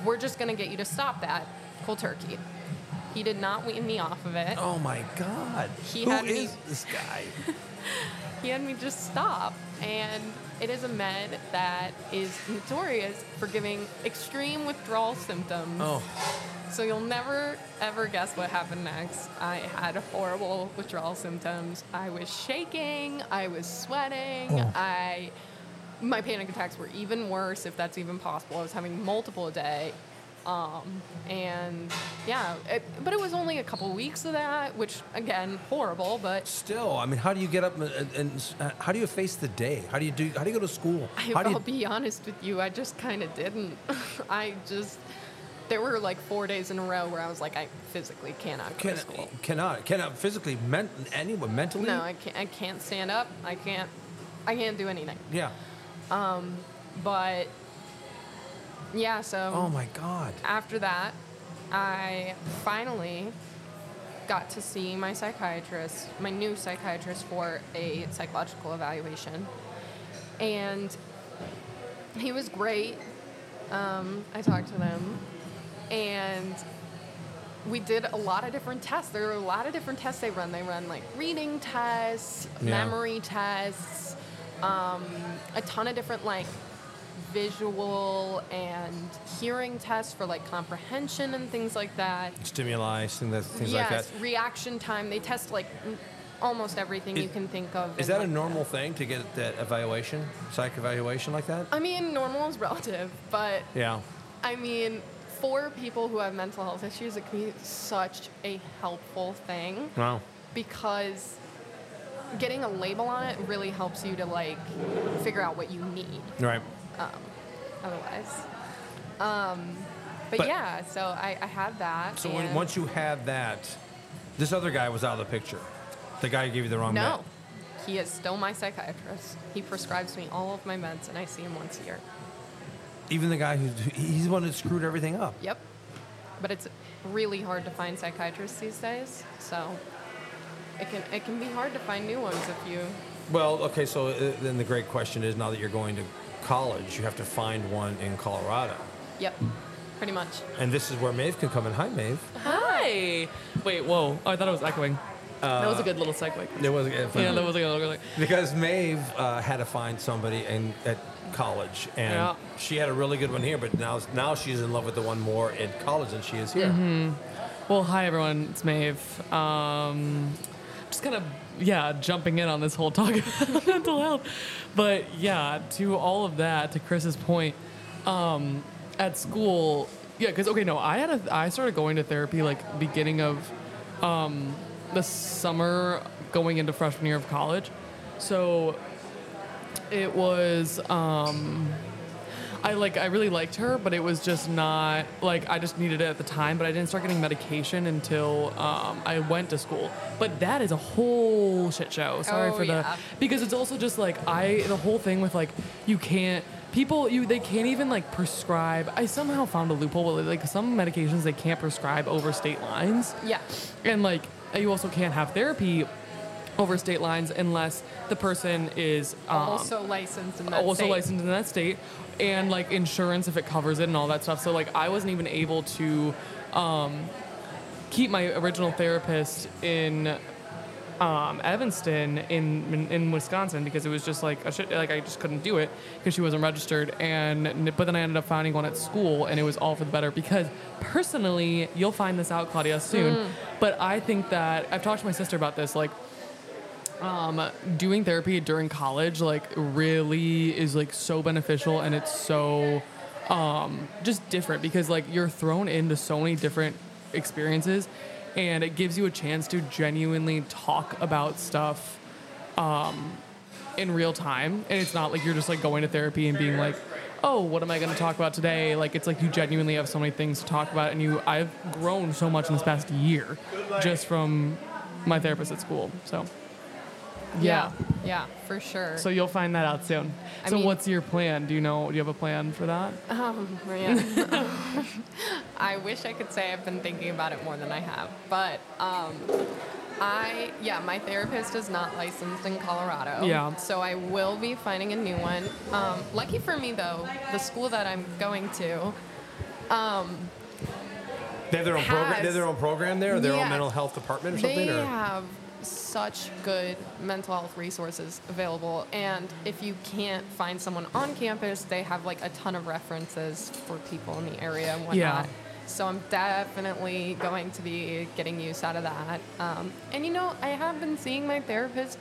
Speaker 3: we're just gonna get you to stop that cold turkey. He did not wean me off of it.
Speaker 1: Oh my God.
Speaker 3: He
Speaker 1: Who
Speaker 3: had me-
Speaker 1: is this guy?
Speaker 3: He had me just stop. And it is a med that is notorious for giving extreme withdrawal symptoms.
Speaker 1: Oh,
Speaker 3: So you'll never ever guess what happened next. I had horrible withdrawal symptoms. I was shaking, I was sweating,
Speaker 1: Oh.
Speaker 3: I my panic attacks were even worse if that's even possible. I was having multiple a day. Um, and yeah, it, but it was only a couple weeks of that, which again, horrible, but
Speaker 1: still. I mean, how do you get up and, and uh, how do you face the day? How do you do? How do you go to school?
Speaker 3: I,
Speaker 1: how do
Speaker 3: I'll
Speaker 1: you,
Speaker 3: be honest with you, I just kind of didn't. <laughs> I just, there were like four days in a row where I was like, I physically cannot go
Speaker 1: can,
Speaker 3: to school.
Speaker 1: cannot cannot physically men, anyone mentally?
Speaker 3: No, I can't. I can't stand up. I can't. I can't do anything.
Speaker 1: yeah.
Speaker 3: But yeah, so
Speaker 1: Oh my God.
Speaker 3: after that, I finally got to see my psychiatrist, my new psychiatrist, for a psychological evaluation, and he was great. Um, I talked to them, and we did a lot of different tests. There were a lot of different tests they run. They run like reading tests,
Speaker 1: Yeah.
Speaker 3: memory tests, um, a ton of different like visual and hearing tests for like comprehension and things like that.
Speaker 1: Stimuli, things, that, things like
Speaker 3: yes,
Speaker 1: that.
Speaker 3: reaction time. They test like m- almost everything
Speaker 1: Is-
Speaker 3: you can think of.
Speaker 1: Is
Speaker 3: and,
Speaker 1: that a
Speaker 3: like,
Speaker 1: normal thing to get that evaluation, psych evaluation like that?
Speaker 3: I mean, normal is relative, but
Speaker 1: Yeah.
Speaker 3: I mean, for people who have mental health issues, it can be such a helpful thing
Speaker 1: Wow.
Speaker 3: because getting a label on it really helps you to like figure out what you need
Speaker 1: Right.
Speaker 3: otherwise. Um, but,
Speaker 1: But-
Speaker 3: yeah, so I, I had that.
Speaker 1: So when,
Speaker 3: and-
Speaker 1: once you had that, this other guy was out of the picture. The guy who gave you the wrong
Speaker 3: No. He is still my psychiatrist. He prescribes me all of my meds and I see him once a year.
Speaker 1: med. Even the guy who he's the one that screwed everything up.
Speaker 3: Yep. But it's really hard to find psychiatrists these days, so it can it can be hard to find new ones if you.
Speaker 1: Well, okay, so uh, then the great question is now that you're going to college, you have to find one in Colorado.
Speaker 3: Yep, pretty much.
Speaker 1: And this is where Maeve can come in. Hi, Maeve.
Speaker 6: Hi. Wait, whoa. Oh, I thought it was echoing. that was a good little segue.
Speaker 1: There was a,
Speaker 6: Yeah, that was a good little
Speaker 1: because Maeve uh, had to find somebody in, at college, and
Speaker 6: Yeah.
Speaker 1: she had a really good one here, but now now she's in love with the one more in college than she is here.
Speaker 3: Mm-hmm.
Speaker 6: Well, hi everyone. It's Maeve. Um, just kind of yeah, jumping in on this whole talk <laughs> about mental health, but yeah, to all of that, to Chris's point, um, at school, yeah, because okay, no, I had a I started going to therapy like beginning of um, the summer going into freshman year of college, so it was um I like I really liked her, but it was just not like I just needed it at the time, but I didn't start getting medication until um, I went to school. But that is a whole shit show. Sorry
Speaker 3: Oh,
Speaker 6: for the
Speaker 3: yeah.
Speaker 6: because it's also just like I the whole thing with like you can't people you they can't even like prescribe. I somehow found a loophole where like some medications they can't prescribe over state lines.
Speaker 3: Yeah,
Speaker 6: And like you also can't have therapy over state lines unless the person is um,
Speaker 3: also licensed in that
Speaker 6: also
Speaker 3: state.
Speaker 6: licensed in that state and like insurance if it covers it and all that stuff so like i wasn't even able to um, keep my original therapist in um, evanston in, in wisconsin because it was just like a shit, like i just couldn't do it because she wasn't registered and but then i ended up finding one at school and it was all for the better because personally you'll find this out claudia soon but i think that i've talked to my sister about this like um, doing therapy during college like really is like so beneficial and it's so um, just different because like you're thrown into so many different experiences and it gives you a chance to genuinely talk about stuff um, in real time and it's not like you're just like going to therapy and being like oh what am i going to talk about today like it's like you genuinely have so many things to talk about and you i've grown so much in this past year just from my therapist at school so
Speaker 3: yeah, yeah, for sure.
Speaker 6: so you'll find that out soon.
Speaker 3: I
Speaker 6: so
Speaker 3: mean-
Speaker 6: what's your plan? Do you know? Do you have a plan for that?
Speaker 3: Um, man. <laughs> I wish I could say I've been thinking about it more than I have, but um, I yeah, my therapist is not licensed in Colorado.
Speaker 6: Yeah.
Speaker 3: So I will be finding a new one. Um, lucky for me though, the school that I'm going to.
Speaker 1: They have their own program. They have their own program there, or their own
Speaker 3: Yeah.
Speaker 1: mental health department or something.
Speaker 3: They
Speaker 1: or?
Speaker 3: have such good mental health resources available, and if you can't find someone on campus, they have like a ton of references for people in the area and whatnot.
Speaker 6: Yeah.
Speaker 3: So I'm definitely going to be getting use out of that. Um, and you know, I have been seeing my therapist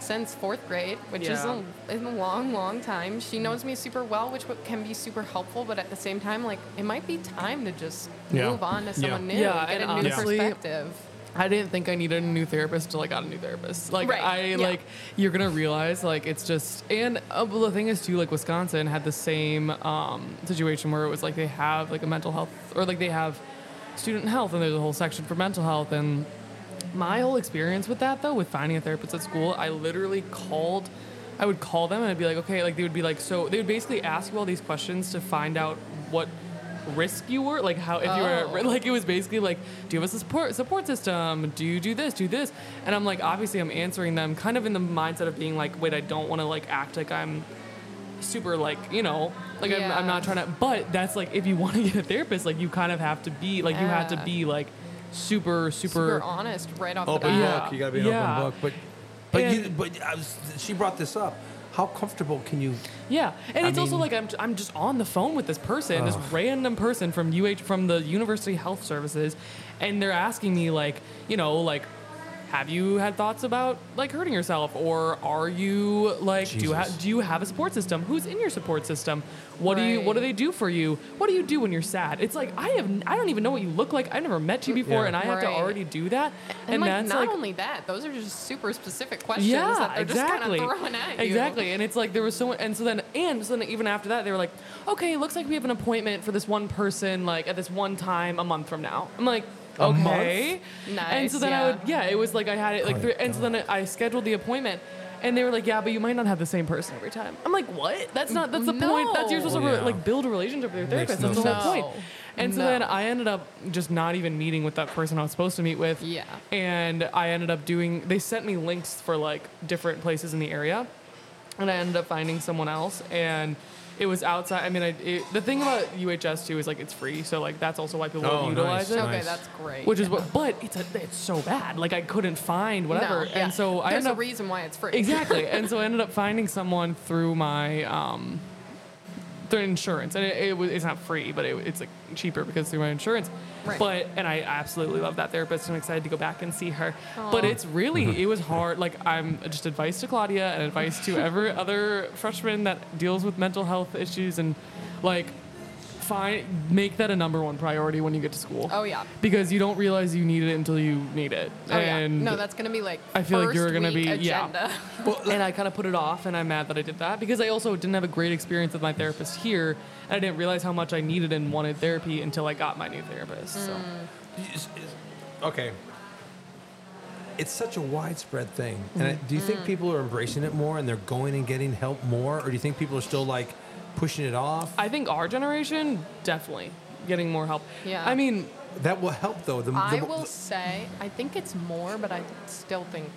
Speaker 3: since fourth grade, which is
Speaker 6: Yeah.
Speaker 3: a, is a long, long time. She knows me super well, which w- can be super helpful, but at the same time, like it might be time to just
Speaker 1: Yeah.
Speaker 3: move on to
Speaker 1: Yeah.
Speaker 3: someone new,
Speaker 6: Yeah,
Speaker 3: get
Speaker 6: and
Speaker 3: a new
Speaker 6: honestly-
Speaker 3: perspective.
Speaker 6: I didn't think I needed a new therapist until I got a new therapist. Like
Speaker 3: Right,
Speaker 6: I
Speaker 3: yeah.
Speaker 6: like you're gonna realize like it's just and uh, well, the thing is too like Wisconsin had the same um, situation where it was like they have like a mental health or like they have student health and there's a whole section for mental health and my whole experience with that though with finding a therapist at school i literally called i would call them and i'd be like okay like they would be like so they would basically ask you all these questions to find out what risk you were like how if you were
Speaker 3: Oh.
Speaker 6: at ri- like it was basically like do you have a support support system do you do this do this and i'm like obviously i'm answering them kind of in the mindset of being like wait i don't want to like act like i'm super like you know like I'm, I'm
Speaker 3: Yeah.
Speaker 6: not trying to but that's like if you want to <laughs> get a therapist like you kind of have to be like you have to
Speaker 3: Yeah.
Speaker 6: be like super super
Speaker 3: super honest right off
Speaker 1: open
Speaker 3: the bat.
Speaker 6: Yeah.
Speaker 1: book. You got to be an
Speaker 6: Yeah.
Speaker 1: open book. But but
Speaker 6: And-
Speaker 1: you, but I was, she brought this up. How comfortable can you?
Speaker 6: Yeah, and
Speaker 1: I
Speaker 6: it's also
Speaker 1: mean-
Speaker 6: like I'm, I'm just on the phone with this person, this
Speaker 1: Ugh.
Speaker 6: random person from UH from the University Health Services, and they're asking me like, you know, like, have you had thoughts about like hurting yourself, or are you like, do you
Speaker 1: Jesus.
Speaker 6: have do you have a support system? Who's in your support system? What do you what do
Speaker 3: Right.
Speaker 6: they do for you? What do you do when you're sad? It's like I have I don't even know what you look like. I've never met you before,
Speaker 1: Yeah.
Speaker 6: and I have to
Speaker 3: Right.
Speaker 6: already do that,
Speaker 3: And, like,
Speaker 6: that's
Speaker 3: not
Speaker 6: like
Speaker 3: only that, those are just super specific questions that they're just kind of throwing at you.
Speaker 6: Exactly. And it's like there was so and so then and so then even after that they were like, Okay, it looks like we have an appointment for this one person like at this one time a month from now. I'm like
Speaker 1: A month?
Speaker 6: Okay.
Speaker 3: Nice,
Speaker 6: And so then I
Speaker 3: yeah.
Speaker 6: would yeah, it was like I had it like
Speaker 1: Oh,
Speaker 6: three, and so then I I scheduled the appointment And they were like, "Yeah, but you might not have the same person every time." I'm like, "What? That's not. That's the point. That's you're supposed
Speaker 1: No.
Speaker 6: to re- like build a relationship with your
Speaker 1: Oh, Makes
Speaker 6: therapist.
Speaker 1: no
Speaker 6: that's the whole
Speaker 1: sense.
Speaker 6: point." And so
Speaker 3: No.
Speaker 6: then I ended up just not even meeting with that person I was supposed to meet with.
Speaker 3: Yeah.
Speaker 6: And I ended up doing. They sent me links for like different places in the area, and I ended up finding someone else and. It was outside. I mean, I, it, the thing about UHS too is like it's free, so like that's also why people
Speaker 1: Oh,
Speaker 6: don't utilize
Speaker 1: nice,
Speaker 6: it
Speaker 3: Okay,
Speaker 1: Nice.
Speaker 3: that's great.
Speaker 6: which is what but it's a, it's so bad like i couldn't find
Speaker 3: No,
Speaker 6: whatever
Speaker 3: yeah.
Speaker 6: and so i
Speaker 3: there's
Speaker 6: ended
Speaker 3: a
Speaker 6: up
Speaker 3: reason why it's free.
Speaker 6: exactly and so i ended up finding someone through my um through insurance and it, it was it's not free but it, it's like cheaper because through my insurance
Speaker 3: Right.
Speaker 6: but and i absolutely love that therapist and i'm excited to go back and see her but it's really it was hard like i'm just advice to claudia and advice to
Speaker 3: <laughs>
Speaker 6: every other freshman that deals with mental health issues and like find make that a number one priority when you get to school
Speaker 3: Oh, yeah.
Speaker 6: because you don't realize you need it until you need it
Speaker 3: Oh, yeah.
Speaker 6: and
Speaker 3: No, that's gonna be like.
Speaker 6: I feel like you're
Speaker 3: first
Speaker 6: gonna
Speaker 3: week
Speaker 6: be- yeah. <laughs>
Speaker 3: agenda.
Speaker 6: and I kind of put it off, and I'm mad that I did that because I also didn't have a great experience with my therapist here, and I didn't realize how much I needed and wanted therapy until I got my new therapist. So
Speaker 3: Mm.
Speaker 1: It's- it's- okay. It's such a widespread thing. And I, do you
Speaker 3: Mm-hmm.
Speaker 1: think people are embracing it more and they're going and getting help more? Or do you think people are still like pushing it off?
Speaker 6: I think our generation definitely getting more help.
Speaker 3: Yeah.
Speaker 6: I mean,
Speaker 1: that will help though. The, the,
Speaker 3: I will say, I think it's more, but I still think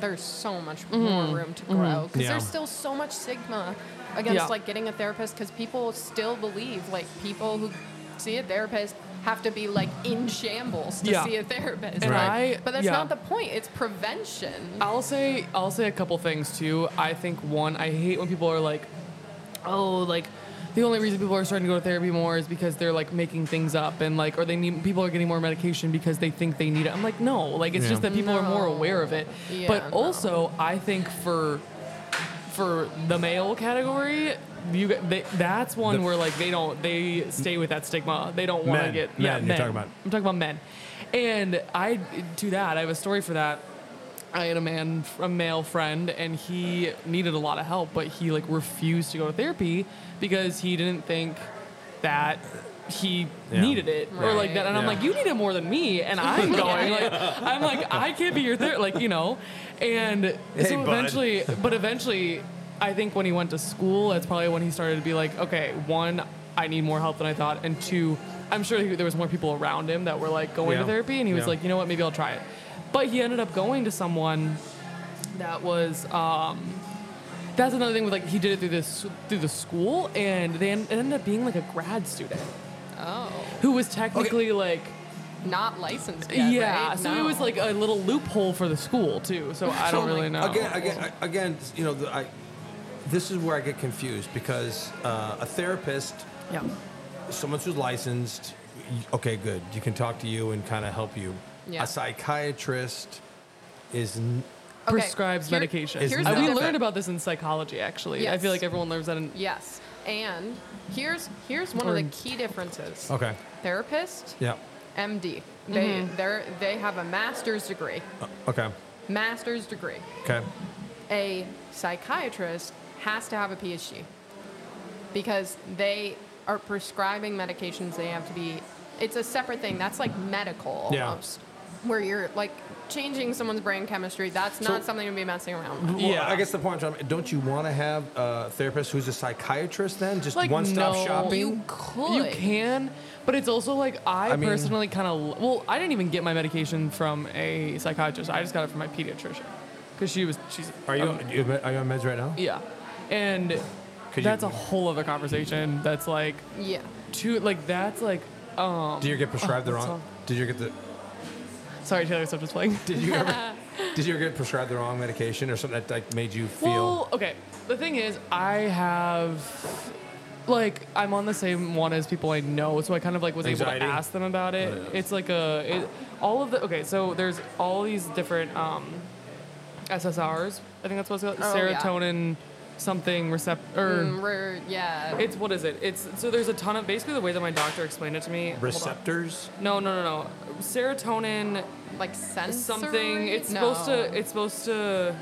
Speaker 3: there's so much
Speaker 6: Mm-hmm.
Speaker 3: more room to grow because
Speaker 1: Yeah.
Speaker 3: there's still so much stigma against
Speaker 6: Yeah.
Speaker 3: like getting a therapist because people still believe like people who see a therapist have to be like in shambles to
Speaker 6: Yeah.
Speaker 3: see a therapist.
Speaker 6: And
Speaker 3: like,
Speaker 6: I-
Speaker 3: but that's
Speaker 6: yeah.
Speaker 3: not the point. It's prevention.
Speaker 6: I'll say I'll say a couple things too. I think one, I hate when people are like, oh, like the only reason people are starting to go to therapy more is because they're like making things up and like or they need people are getting more medication because they think they need it. I'm like, no, like it's
Speaker 1: Yeah.
Speaker 6: just that people are more aware of it.
Speaker 3: Yeah,
Speaker 6: but
Speaker 3: no.
Speaker 6: also, I think for for the male category. You, g- they, that's one
Speaker 1: The-
Speaker 6: where like they don't they stay with that stigma. They don't want to
Speaker 1: Men.
Speaker 6: get
Speaker 1: Men, you're talking about.
Speaker 6: I'm talking about men, and I do that. I have a story for that. I had a man, a male friend, and he needed a lot of help, but he like refused to go to therapy because he didn't think that he
Speaker 1: Yeah.
Speaker 6: needed it or
Speaker 1: Right.
Speaker 6: like that. And I'm
Speaker 1: Yeah.
Speaker 6: like, you need it more than me,
Speaker 1: <laughs>
Speaker 6: and I'm going. Like, I'm like, I can't be your therapist, like you know. And so
Speaker 1: bud.
Speaker 6: eventually, but eventually, I think when he went to school, that's probably when he started to be like, okay, one, I need more help than I thought, and two, I'm sure he, there was more people around him that were like going
Speaker 1: Yeah.
Speaker 6: to therapy, and he was
Speaker 1: Yeah.
Speaker 6: like, you know what, maybe I'll try it. But he ended up going to someone that was um, that's another thing with like he did it through this through the school and they en- it ended up being like a grad student
Speaker 3: Oh,
Speaker 6: who was technically like
Speaker 3: not licensed.
Speaker 6: yeah,
Speaker 3: Yet, right?
Speaker 6: so it
Speaker 3: No.
Speaker 6: was like a little loophole for the school too so i don't
Speaker 3: my
Speaker 6: really know
Speaker 1: Again, again, again, you know, the, I, this is where I get confused because uh, a therapist
Speaker 6: yeah
Speaker 1: someone who's licensed, y- okay, good. You can talk to you and kind of help you.
Speaker 3: Yeah.
Speaker 1: A psychiatrist is n-
Speaker 3: Okay,
Speaker 6: prescribes
Speaker 3: here-
Speaker 6: medication
Speaker 1: Is
Speaker 3: here's
Speaker 6: Uh,
Speaker 3: the
Speaker 6: we
Speaker 3: difference.
Speaker 6: learned about this in psychology actually i
Speaker 3: Yes.
Speaker 6: feel like everyone learns that in
Speaker 3: Yes, and here's here's one of
Speaker 6: Or-
Speaker 3: the key differences.
Speaker 1: okay.
Speaker 3: Therapist,
Speaker 1: Yeah.
Speaker 3: MD. They
Speaker 6: Mm-hmm.
Speaker 3: they're they have a master's degree.
Speaker 1: Uh, okay.
Speaker 3: Master's degree.
Speaker 1: Okay.
Speaker 3: A psychiatrist has to have a PhD because they are prescribing medications. They have to be. It's a separate thing. That's like medical
Speaker 1: Yeah.
Speaker 3: almost, where you're like changing someone's brain chemistry. That's
Speaker 1: So-
Speaker 3: not something to be messing around. with.
Speaker 1: Well,
Speaker 6: Yeah.
Speaker 1: I guess the point, John, don't you want to have a therapist who's a psychiatrist then? Just
Speaker 6: Like,
Speaker 1: one stop
Speaker 6: no.
Speaker 1: shopping?
Speaker 3: You
Speaker 6: You
Speaker 3: could.
Speaker 6: can, but it's also like I,
Speaker 1: I mean-
Speaker 6: personally kind of well, I didn't even get my medication from a psychiatrist. I just got it from my pediatrician because she was she's.
Speaker 1: Are you,
Speaker 6: um,
Speaker 1: on- you- are you on meds right now?
Speaker 6: yeah, and
Speaker 1: Could you-
Speaker 6: that's a whole other conversation. That's like
Speaker 3: Yeah.
Speaker 6: two like that's like
Speaker 1: Did you get prescribed the
Speaker 6: Oh, that's
Speaker 1: wrong?
Speaker 6: all.
Speaker 1: Did you get the? <laughs>
Speaker 6: sorry Taylor Swift was playing.
Speaker 1: Did you ever? did you get prescribed the wrong medication or something that like made you feel?
Speaker 6: Well, okay. The thing is, I have like I'm on the same one as people I know, so I kind of like was
Speaker 1: Anxiety?
Speaker 6: able to ask them about it.
Speaker 1: Oh, yeah.
Speaker 6: It's like a it, all of the okay. So there's all these different um, SSRs. I think that's what it's called.
Speaker 3: Oh, yeah.
Speaker 6: Serotonin something receptor.
Speaker 3: Mm, we're- yeah.
Speaker 6: It's what is it? It's so there's a ton of basically the way that my doctor explained it to me. hold on.
Speaker 1: receptors.
Speaker 6: No, no, no, no. Serotonin
Speaker 3: like sensory.
Speaker 6: something. It's
Speaker 3: No.
Speaker 6: supposed to. It's supposed to.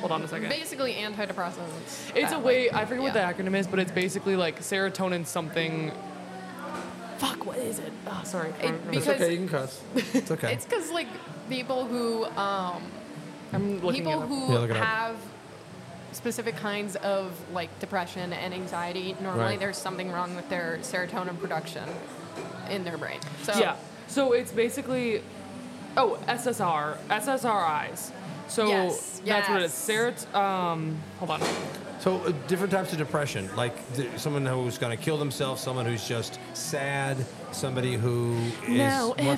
Speaker 6: Hold on a second.
Speaker 3: basically antidepressants.
Speaker 6: It's
Speaker 3: that,
Speaker 6: a
Speaker 3: like,
Speaker 6: way. I forget what
Speaker 3: yeah.
Speaker 6: the acronym is, but it's basically like serotonin something. Fuck, what is it? Oh, sorry. I can't
Speaker 3: It-
Speaker 6: remember.
Speaker 3: because
Speaker 1: It's okay. You can cuss. It's okay.
Speaker 3: It's because like people who um,
Speaker 6: I'm looking
Speaker 3: people
Speaker 6: at
Speaker 3: who
Speaker 1: Yeah, look it up.
Speaker 3: have specific kinds of like depression and anxiety normally
Speaker 1: Right.
Speaker 3: there's something wrong with their serotonin production in their brain so
Speaker 6: Yeah. So it's basically, oh, SSR, SSRIs. So
Speaker 3: Yes,
Speaker 6: that's what it is.
Speaker 3: yes.
Speaker 6: Serot- um, hold on.
Speaker 1: So uh, different types of depression, like th- someone who's going to kill themselves, someone who's just sad, somebody who is. more-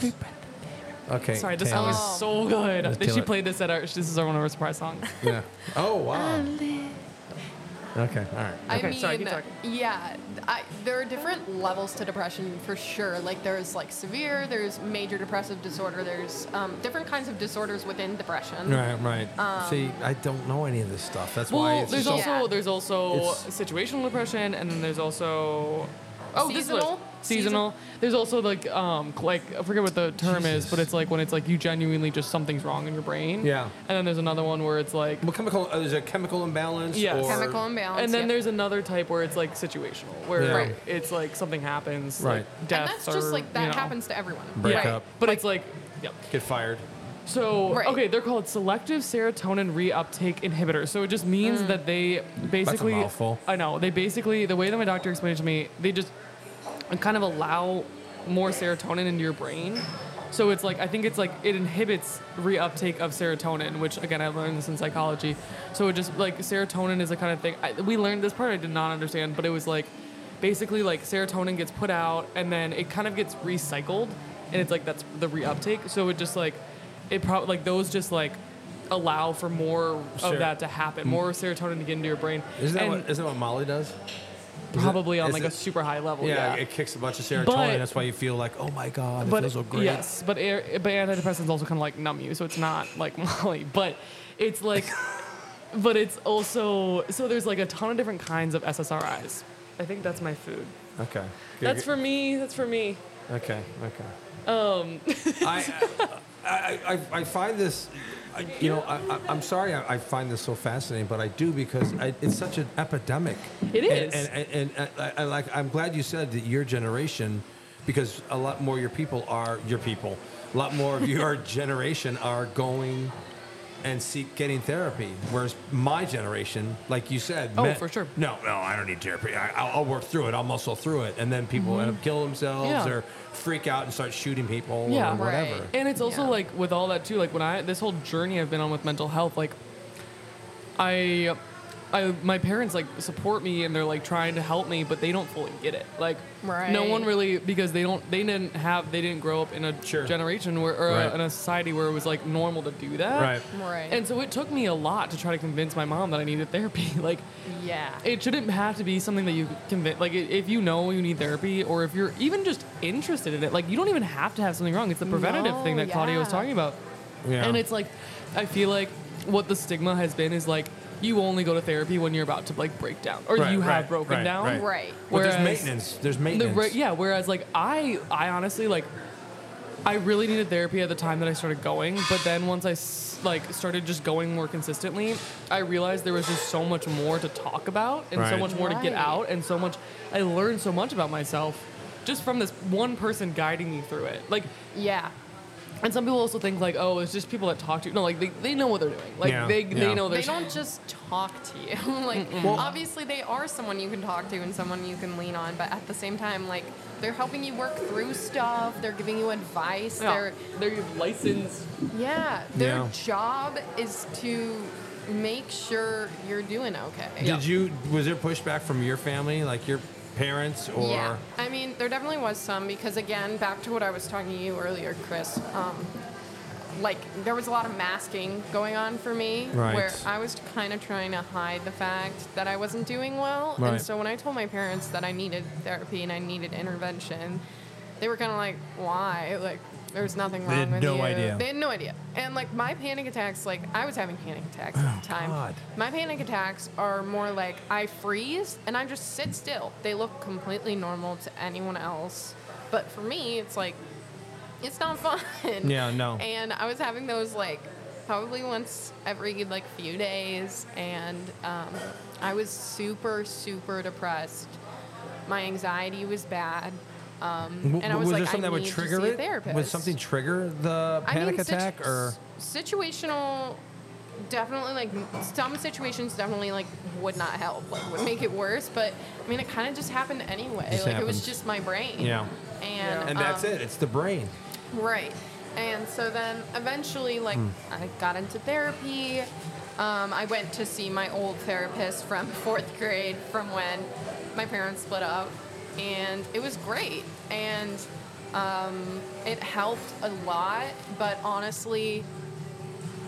Speaker 1: okay.
Speaker 6: Sorry, this song
Speaker 1: Taylor.
Speaker 6: is so good.
Speaker 1: Let's
Speaker 6: They-
Speaker 1: kill
Speaker 6: <laughs> she
Speaker 1: it.
Speaker 6: played this at our. This is our one of our surprise songs.
Speaker 1: Yeah. Oh wow. Okay. All right.
Speaker 3: I
Speaker 6: Okay,
Speaker 3: mean,
Speaker 6: sorry, keep talking.
Speaker 3: yeah, th- I, there are different levels to depression for sure. Like there's like severe, there's major depressive disorder, there's um, different kinds of disorders within depression.
Speaker 1: Right, right. See, I don't know any of this stuff. That's why
Speaker 6: Um, Well,
Speaker 1: it's
Speaker 6: there's
Speaker 1: so
Speaker 6: also
Speaker 3: Yeah.
Speaker 6: there's also
Speaker 1: It's-
Speaker 6: situational depression, and then there's also oh this is what-
Speaker 3: Seasonal?
Speaker 6: seasonal. There's also like um like I forget what the term is, but
Speaker 1: Jesus.
Speaker 6: it's like when it's like you genuinely just something's wrong in your brain.
Speaker 1: Yeah.
Speaker 6: And then there's another one where it's like
Speaker 1: Well, chemical. Uh, there's a chemical imbalance.
Speaker 6: Yes.
Speaker 1: Or,
Speaker 3: Chemical imbalance.
Speaker 6: And then
Speaker 3: yeah.
Speaker 6: there's another type where it's like situational, where
Speaker 1: Yeah.
Speaker 3: Right.
Speaker 6: it's like something happens,
Speaker 1: Right.
Speaker 6: like death
Speaker 3: and that's
Speaker 6: or,
Speaker 3: just like that
Speaker 6: you know.
Speaker 3: happens to everyone.
Speaker 1: Break
Speaker 6: Yeah.
Speaker 1: up.
Speaker 6: But it's like, yeah.
Speaker 1: Get fired.
Speaker 6: So
Speaker 3: Right.
Speaker 6: okay, they're called selective serotonin reuptake inhibitors. So it just means
Speaker 3: Mm.
Speaker 6: that they basically.
Speaker 1: mouthful.
Speaker 6: I know they basically the way that my doctor explained it to me, they just kind of allow more serotonin into your brain. So it's like I think it's like it inhibits reuptake of serotonin, which again I learned this in psychology. So it just like serotonin is the kind of thing I, we learned this part I did not understand, but it was like basically like serotonin gets put out and then it kind of gets recycled, and it's like that's the reuptake. So it just like it probably like those just like allow for more
Speaker 1: Sure. Hmm.
Speaker 6: of that to happen, more serotonin to get into your brain.
Speaker 1: Isn't that,
Speaker 6: And-
Speaker 1: what, isn't that what Molly does?
Speaker 6: probably on
Speaker 1: is
Speaker 6: like
Speaker 1: it-
Speaker 6: a super high level.
Speaker 1: Yeah,
Speaker 6: Yeah.
Speaker 1: it kicks a bunch of serotonin.
Speaker 6: But-
Speaker 1: that's why you feel like, oh my god, it
Speaker 6: but
Speaker 1: feels so great.
Speaker 6: yes, but air, but antidepressants also kind of like numb you, so it's not like <laughs> Molly, but
Speaker 1: <laughs>
Speaker 6: it's like, but it's also so there's like a ton of different kinds of SSRIs. I think that's my food.
Speaker 1: Okay.
Speaker 6: That's for me. That's for me.
Speaker 1: Okay. Okay. Um.
Speaker 6: <laughs>
Speaker 1: I, I, I, I find this, I, you know, I, I, I'm sorry I, I find this so fascinating, but I do because I, it's such an epidemic.
Speaker 6: It
Speaker 1: And-
Speaker 6: is.
Speaker 1: And, and, and, uh, I, I like, I'm glad you said that your generation, because a lot more of your people are your people. A lot more of
Speaker 6: <laughs>
Speaker 1: your generation are going and seek getting therapy, whereas my generation, like you said,
Speaker 6: Oh,
Speaker 1: men-
Speaker 6: for sure.
Speaker 1: No, no, I don't need therapy. I, I'll, I'll work through it. I'll muscle through it, and then people end up killing themselves
Speaker 6: Mm-hmm. Yeah.
Speaker 1: or freak out and start shooting people
Speaker 6: Yeah.
Speaker 1: or whatever.
Speaker 3: Right.
Speaker 6: And it's also
Speaker 3: Yeah.
Speaker 6: like with all that too, like when I this whole journey I've been on with mental health, like I I my parents like support me and they're like trying to help me, but they don't fully get it. Like no one
Speaker 3: Right.
Speaker 6: really because they don't they didn't have they didn't grow up in a
Speaker 1: Sure.
Speaker 6: generation where or
Speaker 1: Right.
Speaker 6: in a society where it was like normal to do that.
Speaker 1: Right.
Speaker 3: Right.
Speaker 6: And so it took me a lot to try to convince my mom that I needed therapy. <laughs> Like
Speaker 3: yeah.
Speaker 6: it shouldn't have to be something that you convince. Like, i- if you know you need therapy, or if you're even just interested in it, like you don't even have to have something wrong. It's the preventative
Speaker 3: No,
Speaker 6: thing that Claudia was
Speaker 3: yeah.
Speaker 6: talking about,
Speaker 1: Yeah.
Speaker 6: and it's like, I feel like what the stigma has been is like you only go to therapy when you're about to like break down, or
Speaker 1: Right,
Speaker 6: you have
Speaker 1: right,
Speaker 6: broken
Speaker 1: right,
Speaker 6: down.
Speaker 1: right.
Speaker 3: Right.
Speaker 1: But there's
Speaker 6: Whereas-
Speaker 1: maintenance. There's
Speaker 6: The,
Speaker 1: maintenance.
Speaker 6: re- yeah. Whereas like I, I honestly like. I really needed therapy at the time that I started going, but then once I s- like started just going more consistently, I realized there was just so much more to talk about and so
Speaker 1: Right.
Speaker 6: much more to get
Speaker 3: Right.
Speaker 6: out and so much I learned so much about myself just from this one person guiding me through it. Like
Speaker 3: Yeah.
Speaker 6: and some people also think like, oh, it's just people that talk to you. No, like they, they know what they're doing. Like
Speaker 1: Yeah,
Speaker 6: they,
Speaker 1: yeah.
Speaker 6: they know
Speaker 3: They
Speaker 6: there's
Speaker 3: don't just talk to you. <laughs> like obviously they are someone you can talk to and someone you can lean on, but at the same time like they're helping you work through stuff, they're giving you advice,
Speaker 6: yeah,
Speaker 3: they're
Speaker 6: they're licensed
Speaker 3: Yeah, their
Speaker 1: Yeah.
Speaker 3: job is to make sure you're doing okay.
Speaker 1: Did you? Was there pushback from your family, like your parents, or?
Speaker 3: Yeah, I mean, there definitely was some because, again, back to what I was talking to you earlier, Chris. Um, like there was a lot of masking going on for me,
Speaker 1: Right.
Speaker 3: where I was kind of trying to hide the fact that I wasn't doing well.
Speaker 1: Right.
Speaker 3: And so when I told my parents that I needed therapy and I needed intervention, they were kind of like, "Why? Like, there's nothing wrong
Speaker 1: had
Speaker 3: with
Speaker 1: no
Speaker 3: you."
Speaker 1: idea.
Speaker 3: They had no idea. And like my panic attacks, like I was having panic attacks at the time.
Speaker 1: Oh, God.
Speaker 3: My panic attacks are more like I freeze and I just sit still. They look completely normal to anyone else, but for me, it's like it's not fun. <laughs>
Speaker 1: Yeah, no.
Speaker 3: And I was having those like probably once every like few days, and um, I was super super depressed. My anxiety was bad,
Speaker 1: W-
Speaker 3: and I was,
Speaker 1: was
Speaker 3: like,
Speaker 1: there something
Speaker 3: I
Speaker 1: that would
Speaker 3: need to
Speaker 1: trigger
Speaker 3: see a
Speaker 1: it? Would
Speaker 3: therapist.
Speaker 1: something trigger the
Speaker 3: I mean,
Speaker 1: panic
Speaker 3: situ-
Speaker 1: attack, or
Speaker 3: situational definitely like some situations definitely like would not help like would make it worse but i mean it kind of just happened anyway
Speaker 1: Just
Speaker 3: like it
Speaker 1: happens.
Speaker 3: was just my brain
Speaker 1: Yeah.
Speaker 3: and
Speaker 1: And that's
Speaker 3: um,
Speaker 1: it. It's the brain.
Speaker 3: Right. And so then eventually, like,
Speaker 1: Hmm.
Speaker 3: I got into therapy. Um, I went to see my old therapist from <laughs> fourth grade, from when my parents split up. And it was great. And um, it helped a lot. But honestly,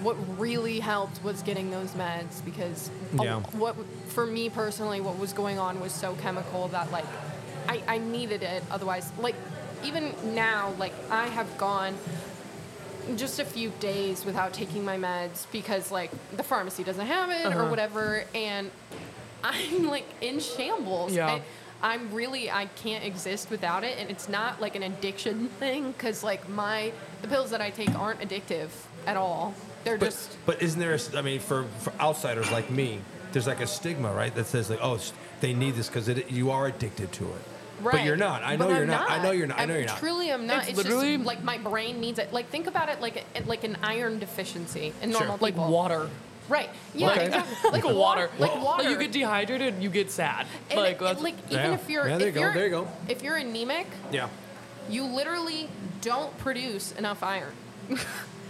Speaker 3: what really helped was getting those meds because a-
Speaker 1: Yeah.
Speaker 3: what for me personally what was going on was so chemical that like I, I needed it otherwise like even now like I have gone just a few days without taking my meds because like the pharmacy doesn't have it
Speaker 1: Uh-huh.
Speaker 3: or whatever and <laughs> I'm like in shambles
Speaker 6: Yeah.
Speaker 3: I, I'm really I can't exist without it, and it's not like an addiction <laughs> thing because like my the pills that I take aren't addictive at all. They're
Speaker 1: But,
Speaker 3: just
Speaker 1: but isn't there, a s- I mean, for, for outsiders like me, there's like a stigma, right? That says like, oh, s- they need this because you are addicted to it.
Speaker 3: right.
Speaker 1: But you're not. I
Speaker 3: But
Speaker 1: know
Speaker 3: I'm
Speaker 1: you're not. I know you're not. I know
Speaker 3: I'm-
Speaker 1: you're not.
Speaker 3: Truly, I'm not.
Speaker 6: It's
Speaker 3: It's,
Speaker 6: literally-
Speaker 3: just like my brain needs it. Like think about it like a, like an iron deficiency in
Speaker 1: Sure.
Speaker 3: normal
Speaker 6: Like
Speaker 3: people.
Speaker 6: water.
Speaker 3: Right. Yeah.
Speaker 6: Like-
Speaker 1: <laughs>
Speaker 3: Exactly.
Speaker 6: Like a water.
Speaker 3: <laughs> Like water.
Speaker 6: you get dehydrated, you get sad.
Speaker 3: And
Speaker 6: like,
Speaker 3: it-
Speaker 6: that's-
Speaker 3: like even
Speaker 1: Yeah.
Speaker 3: if you're
Speaker 1: Yeah, there you
Speaker 3: if
Speaker 1: go,
Speaker 3: you're
Speaker 1: there you go.
Speaker 3: if you're anemic,
Speaker 1: yeah.
Speaker 3: you literally don't produce enough iron. <laughs>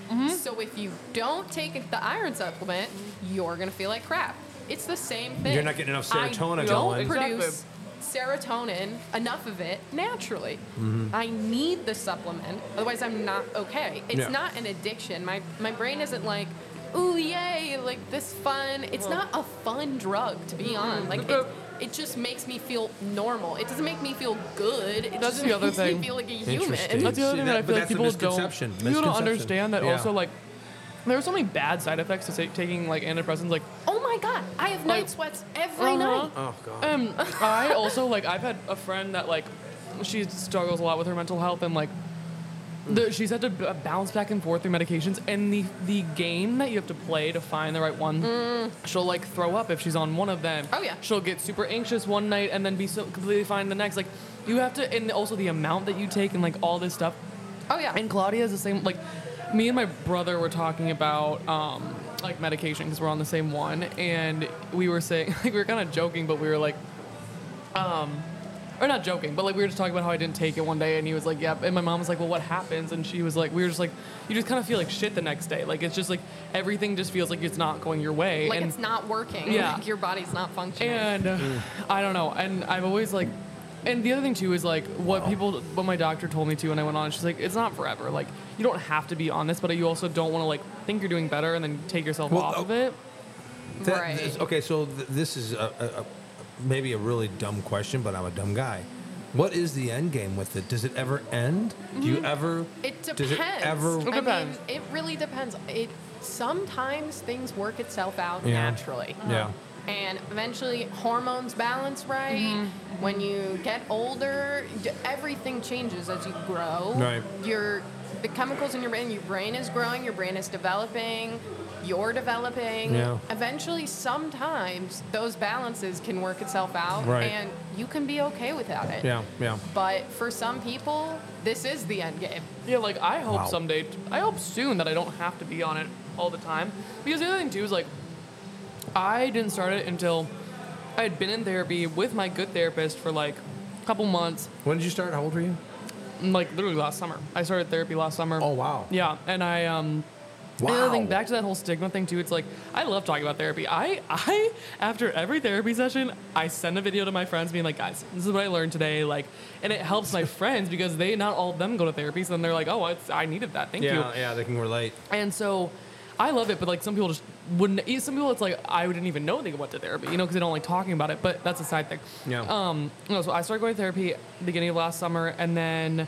Speaker 6: Mm-hmm.
Speaker 3: So if you don't take the iron supplement, you're gonna feel like crap. It's the same thing.
Speaker 1: You're not getting enough
Speaker 3: I
Speaker 1: serotonin
Speaker 3: don't
Speaker 1: going.
Speaker 3: produce serotonin enough of it naturally.
Speaker 1: Mm-hmm.
Speaker 3: I need the supplement, otherwise I'm not okay. It's
Speaker 1: Yeah.
Speaker 3: not an addiction. My my brain isn't like, ooh yay, like this fun. It's not a fun drug to
Speaker 6: Mm-hmm.
Speaker 3: be on.
Speaker 6: <laughs>
Speaker 3: Like it, it just makes me feel normal. It doesn't make me feel good. It
Speaker 6: That's
Speaker 3: doesn't
Speaker 6: the other
Speaker 3: make
Speaker 6: thing.
Speaker 3: me feel like a
Speaker 1: Interesting.
Speaker 3: human.
Speaker 6: That's the other
Speaker 1: See,
Speaker 6: thing
Speaker 1: that-
Speaker 6: that, I
Speaker 1: but
Speaker 6: feel like
Speaker 1: that's a
Speaker 6: people
Speaker 1: misconception.
Speaker 6: don't people don't
Speaker 1: Misconception.
Speaker 6: understand that
Speaker 1: Yeah.
Speaker 6: also like there are so many bad side effects to say, taking like antidepressants. Like
Speaker 3: Oh my god, I have
Speaker 6: Like-
Speaker 3: night sweats every
Speaker 6: uh-huh.
Speaker 3: night.
Speaker 1: Oh, God.
Speaker 3: Uh,
Speaker 6: Um, I also like I've had a friend that like she struggles a lot with her mental health and like the, she's had to b- bounce back and forth through medications and the the game that you have to play to find the right one. She'll like throw up if she's on one of them.
Speaker 3: Mm. Oh, yeah.
Speaker 6: She'll get super anxious one night and then be so completely fine the next. Like you have to and also the amount that you take and like all this stuff.
Speaker 3: Oh yeah.
Speaker 6: And Claudia is the same. Like, me and my brother were talking about um, like medication because we're on the same one, and we were saying <laughs> like we were kind of joking, but we were like, um, or not joking, but like we were just talking about how I didn't take it one day, and he was like, "Yep," and my mom was like, "Well, what happens?" And she was like, "We were just like, you just kind of feel like shit the next day. Like it's just like everything just feels like it's not going your way,
Speaker 3: like
Speaker 6: and
Speaker 3: it's not working.
Speaker 6: Yeah.
Speaker 3: Like <laughs> your body's not functioning.
Speaker 6: and uh, I don't know. And I've always like, and the other thing too is like what people, what my doctor told me to when I went on. She's like, it's not forever. Like you don't have to be on this, but you also don't want to like think you're doing better and then take yourself
Speaker 1: Well,
Speaker 6: off
Speaker 1: uh,
Speaker 6: of it.
Speaker 1: That-
Speaker 3: Right.
Speaker 1: this- okay, so th- this is a, a, a, maybe a really dumb question, but I'm a dumb guy. What is the end game with it? Does it ever end? Do you ever?
Speaker 3: Mm-hmm. It depends.
Speaker 1: Does it ever?
Speaker 3: I
Speaker 6: depends.
Speaker 3: mean, it really depends. It sometimes things work itself out
Speaker 1: Yeah.
Speaker 3: naturally.
Speaker 1: Yeah.
Speaker 3: And eventually hormones balance right.
Speaker 1: Mm-hmm.
Speaker 3: When you get older, d- everything changes as you grow.
Speaker 1: Right.
Speaker 3: Your the chemicals in your brain, your brain is growing, your brain is developing, you're developing.
Speaker 1: Yeah.
Speaker 3: Eventually sometimes those balances can work itself out
Speaker 1: Right.
Speaker 3: and you can be okay without it.
Speaker 1: Yeah. Yeah.
Speaker 3: But for some people, this is the end game.
Speaker 6: Yeah, like I hope
Speaker 1: Wow.
Speaker 6: someday, I hope soon that I don't have to be on it all the time. Because the other thing too is like, I didn't start it until I had been in therapy with my good therapist for like a couple months,
Speaker 1: When did you start? How old were you?
Speaker 6: like literally last summer. I started therapy last summer.
Speaker 1: Oh, wow.
Speaker 6: Yeah, and I um, The other thing,
Speaker 1: Wow.
Speaker 6: back to that whole stigma thing too. It's like I love talking about therapy. I, I, after every therapy session, I send a video to my friends, being like, guys, this is what I learned today. Like, and it helps
Speaker 1: <laughs>
Speaker 6: my friends because they, not all of them, go to therapy, so then they're like, oh, it's, I needed that. Thank you.
Speaker 1: Yeah. Yeah. They can relate.
Speaker 6: And so I love it, but like some people just wouldn't. e- Some people, it's like I didn't even know they went to therapy, you know, because they don't like talking about it. But that's a side thing.
Speaker 1: Yeah.
Speaker 6: Um. No, so I started going to therapy beginning of last summer, and then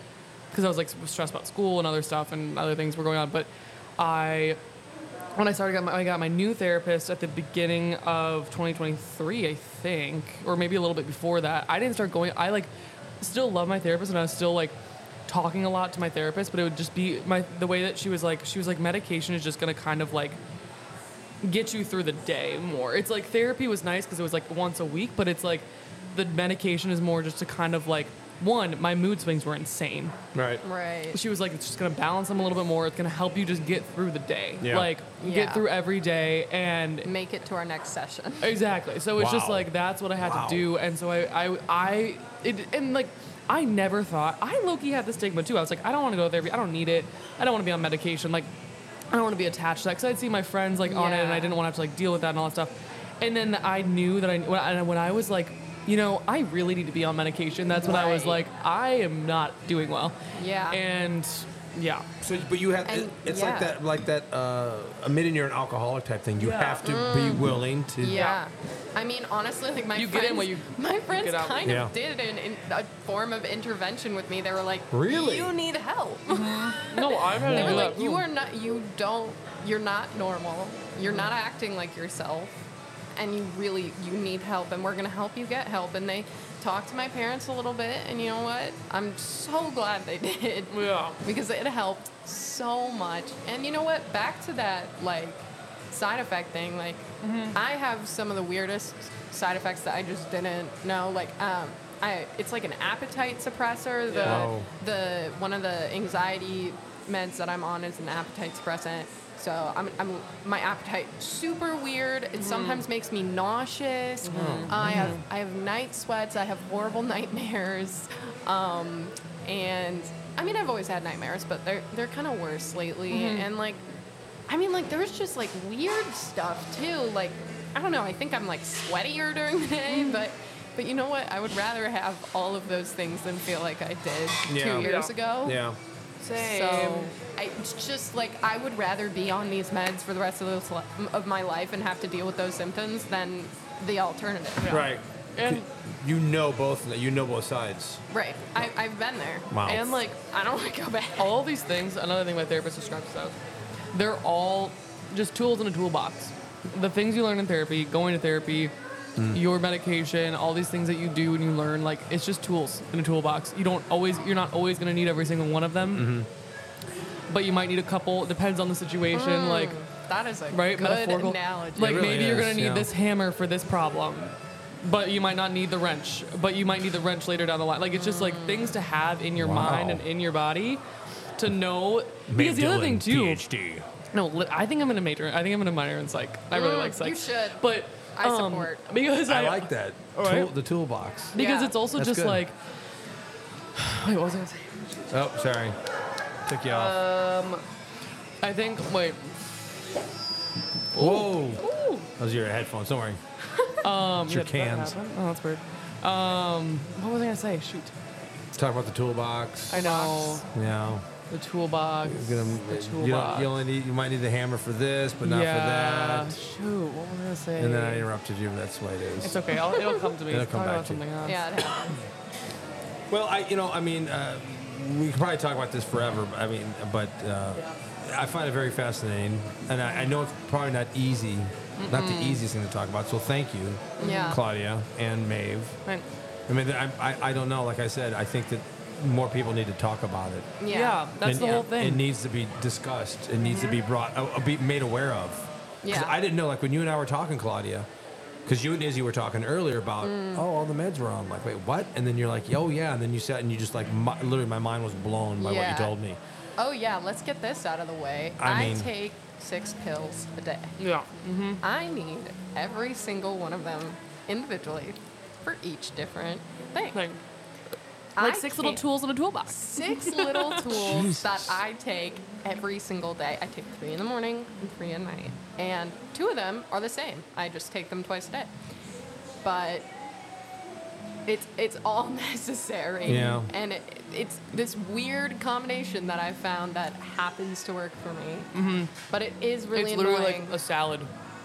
Speaker 6: because I was like stressed about school and other stuff and other things were going on, but I. When I started, got my, I got my new therapist at the beginning of 2023, I think, or maybe a little bit before that. I didn't start going. I like still love my therapist, and I was still like talking a lot to my therapist, but it would just be my the way that she was like she was like medication is just gonna kind of like get you through the day more. It's like therapy was nice because it was like once a week, but it's like the medication is more just to kind of like one, my mood swings were insane.
Speaker 1: Right.
Speaker 3: Right.
Speaker 6: She was like, it's just gonna balance them a little bit more. It's gonna help you just get through the day.
Speaker 1: Yeah.
Speaker 6: Like
Speaker 3: Yeah.
Speaker 6: get through every day and
Speaker 3: Make it to our next session. <laughs>
Speaker 6: Exactly. So it's just
Speaker 1: Wow.
Speaker 6: like that's what I had
Speaker 1: Wow.
Speaker 6: to do, and so I, I, I, it, and like I never thought I Loki had the stigma too. I was like, I don't want to go to therapy. I don't need it. I don't want to be on medication. Like, I don't want to be attached to that because I'd see my friends like on it, and
Speaker 3: Yeah.
Speaker 6: I didn't want to have to like deal with that and all that stuff. And then I knew that I when I, when I was like, you know, I really need to be on medication. That's when I was
Speaker 3: Right.
Speaker 6: like, I am not doing well.
Speaker 3: Yeah.
Speaker 6: And yeah.
Speaker 1: So, but you have
Speaker 3: And-
Speaker 1: it's like
Speaker 3: yeah.
Speaker 1: that, like that, uh, admitting you're an alcoholic type thing. You
Speaker 6: Yeah.
Speaker 1: have to be willing to.
Speaker 3: Yeah. I mean, honestly, like my
Speaker 6: You get
Speaker 3: friends,
Speaker 6: in what you
Speaker 3: <laughs> my friends
Speaker 6: get out.
Speaker 3: kind of
Speaker 1: Yeah.
Speaker 3: did an, in a form of intervention with me. They were like,
Speaker 1: Really?
Speaker 3: You need
Speaker 6: <laughs>
Speaker 3: help.
Speaker 6: No, I've had
Speaker 3: they
Speaker 6: to
Speaker 3: were
Speaker 6: do
Speaker 3: like,
Speaker 6: that.
Speaker 3: you are not, you don't, you're not normal. You're not acting like yourself, and you really, you need help. And we're gonna help you get help. And they talked to my parents a little bit, and you know what? I'm so glad they <laughs> did
Speaker 6: Yeah.
Speaker 3: because it helped so much. And you know what? Back to that like side effect thing. Like I have some of the weirdest side effects that I just didn't know. Like um, I, it's like an appetite suppressor. The
Speaker 6: Yeah.
Speaker 1: Wow.
Speaker 3: the one of the anxiety meds that I'm on is an appetite suppressant. So I'm, I'm my appetite super weird. It sometimes makes me nauseous. I have I have night sweats. I have horrible <laughs> nightmares. Um, and I mean I've always had nightmares, but they're they're kind of worse lately.
Speaker 1: Mm-hmm.
Speaker 3: And like, I mean like there's just like weird stuff too. Like I don't know. I think I'm like sweatier during the
Speaker 1: Mm-hmm.
Speaker 3: day, but. But you know what? I would rather have all of those things than feel like I did
Speaker 1: Yeah.
Speaker 3: two years
Speaker 6: Yeah.
Speaker 3: ago.
Speaker 1: Yeah.
Speaker 3: So I, it's just like I would rather be on these meds for the rest of those, li- of my life and have to deal with those symptoms than the alternative.
Speaker 1: Right.
Speaker 6: And
Speaker 1: You know both. You know both sides.
Speaker 3: Right. I, I've been there.
Speaker 1: Wow. Oh,
Speaker 3: And like I don't <laughs> want to go back.
Speaker 6: all these things, another thing my therapist describes as, they're all just tools in a toolbox. The things you learn in therapy, going to therapy, your medication, all these things that you do and you learn, like it's just tools in a toolbox. You don't always, you're not always going to need every single one of them, but you might need a couple. Depends on the situation, like
Speaker 3: That is a
Speaker 6: right,
Speaker 3: good
Speaker 6: metaphorical.
Speaker 3: analogy.
Speaker 6: Like
Speaker 1: It really
Speaker 6: maybe you're
Speaker 1: is,
Speaker 6: going to need
Speaker 1: yeah.
Speaker 6: this hammer for this problem, but you might not need the wrench. But you might need the wrench later down the line. Like it's just like
Speaker 3: Mm.
Speaker 6: things to have in your
Speaker 1: Wow.
Speaker 6: mind and in your body to know. because the other thing too,
Speaker 1: PhD.
Speaker 6: no, li- I think I'm going to major. I think I'm going to minor in psych. I really
Speaker 3: Mm,
Speaker 6: like psych.
Speaker 3: you should.
Speaker 6: But
Speaker 3: I
Speaker 6: um,
Speaker 3: support.
Speaker 6: because
Speaker 1: I
Speaker 6: I,
Speaker 1: like that.
Speaker 6: All right.
Speaker 1: Tool, the toolbox.
Speaker 6: because
Speaker 3: Yeah.
Speaker 6: it's also
Speaker 1: That's
Speaker 6: just
Speaker 1: good.
Speaker 6: like. <sighs> Wait, what was I going to say?
Speaker 1: Oh, sorry. Took you off.
Speaker 6: I think wait.
Speaker 1: Whoa.
Speaker 6: Ooh.
Speaker 1: Those are your headphones. Don't worry.
Speaker 6: Um,
Speaker 1: your
Speaker 6: yeah, that
Speaker 1: cans.
Speaker 6: happened. Oh, that's weird. Um, what was I gonna say? Shoot.
Speaker 1: Talk about the toolbox.
Speaker 6: I know.
Speaker 1: Yeah.
Speaker 6: The toolbox.
Speaker 1: Get 'em-
Speaker 6: the
Speaker 1: you,
Speaker 6: toolbox.
Speaker 1: don't- you only need. You might need the hammer for this, but not
Speaker 6: yeah.
Speaker 1: for that.
Speaker 6: Shoot, what was I gonna say?
Speaker 1: And then I interrupted you. That's why it is.
Speaker 6: it's okay. I'll, it'll come to
Speaker 1: <laughs>
Speaker 6: me.
Speaker 1: It'll
Speaker 6: It's
Speaker 1: come
Speaker 6: probably
Speaker 1: back
Speaker 6: about
Speaker 1: to you.
Speaker 6: something else.
Speaker 3: Yeah. It happens.
Speaker 1: Well, I, you know, I mean, uh, we could probably talk about this forever. I mean, but uh, I find it very fascinating, and I, I know it's probably not easy, not the easiest thing to talk about. So thank you,
Speaker 3: Yeah.
Speaker 1: Claudia and Maeve.
Speaker 6: And-
Speaker 1: I mean, I, I, I don't know. Like I said, I think that more people need to talk about it.
Speaker 6: yeah.
Speaker 3: Yeah.
Speaker 6: That's
Speaker 1: And
Speaker 6: the whole
Speaker 1: it-
Speaker 6: thing. Mm-hmm.
Speaker 1: It needs to be discussed. It needs to be brought, uh, be made aware of. 'Cause
Speaker 3: Yeah.
Speaker 1: I didn't know. Like when you and I were talking, Claudia. Because you and Izzy were talking earlier about,
Speaker 3: Mm.
Speaker 1: oh, all the meds were on. Like, wait, what? And then you're like, oh, yeah. And then you sat and you just like, my, literally, my mind was blown by what
Speaker 3: Yeah.
Speaker 1: you told me.
Speaker 3: Oh yeah. Let's get this out of the way.
Speaker 1: I mean-
Speaker 3: take six pills a day.
Speaker 6: yeah. Mm-hmm.
Speaker 3: I need every single one of them individually for each different thing.
Speaker 6: Like,
Speaker 3: I
Speaker 6: like six little
Speaker 3: can't-
Speaker 6: tools in a toolbox.
Speaker 3: six
Speaker 6: <laughs>
Speaker 3: little tools that I take every single day. I take three in the morning and three at night. And two of them are the same. I just take them twice a day. But it's it's all <laughs> necessary.
Speaker 1: Yeah.
Speaker 3: And it, it's this weird combination that I found that happens to work for me. Mm-hmm. But it is really
Speaker 6: it's
Speaker 3: annoying.
Speaker 6: literally like a salad.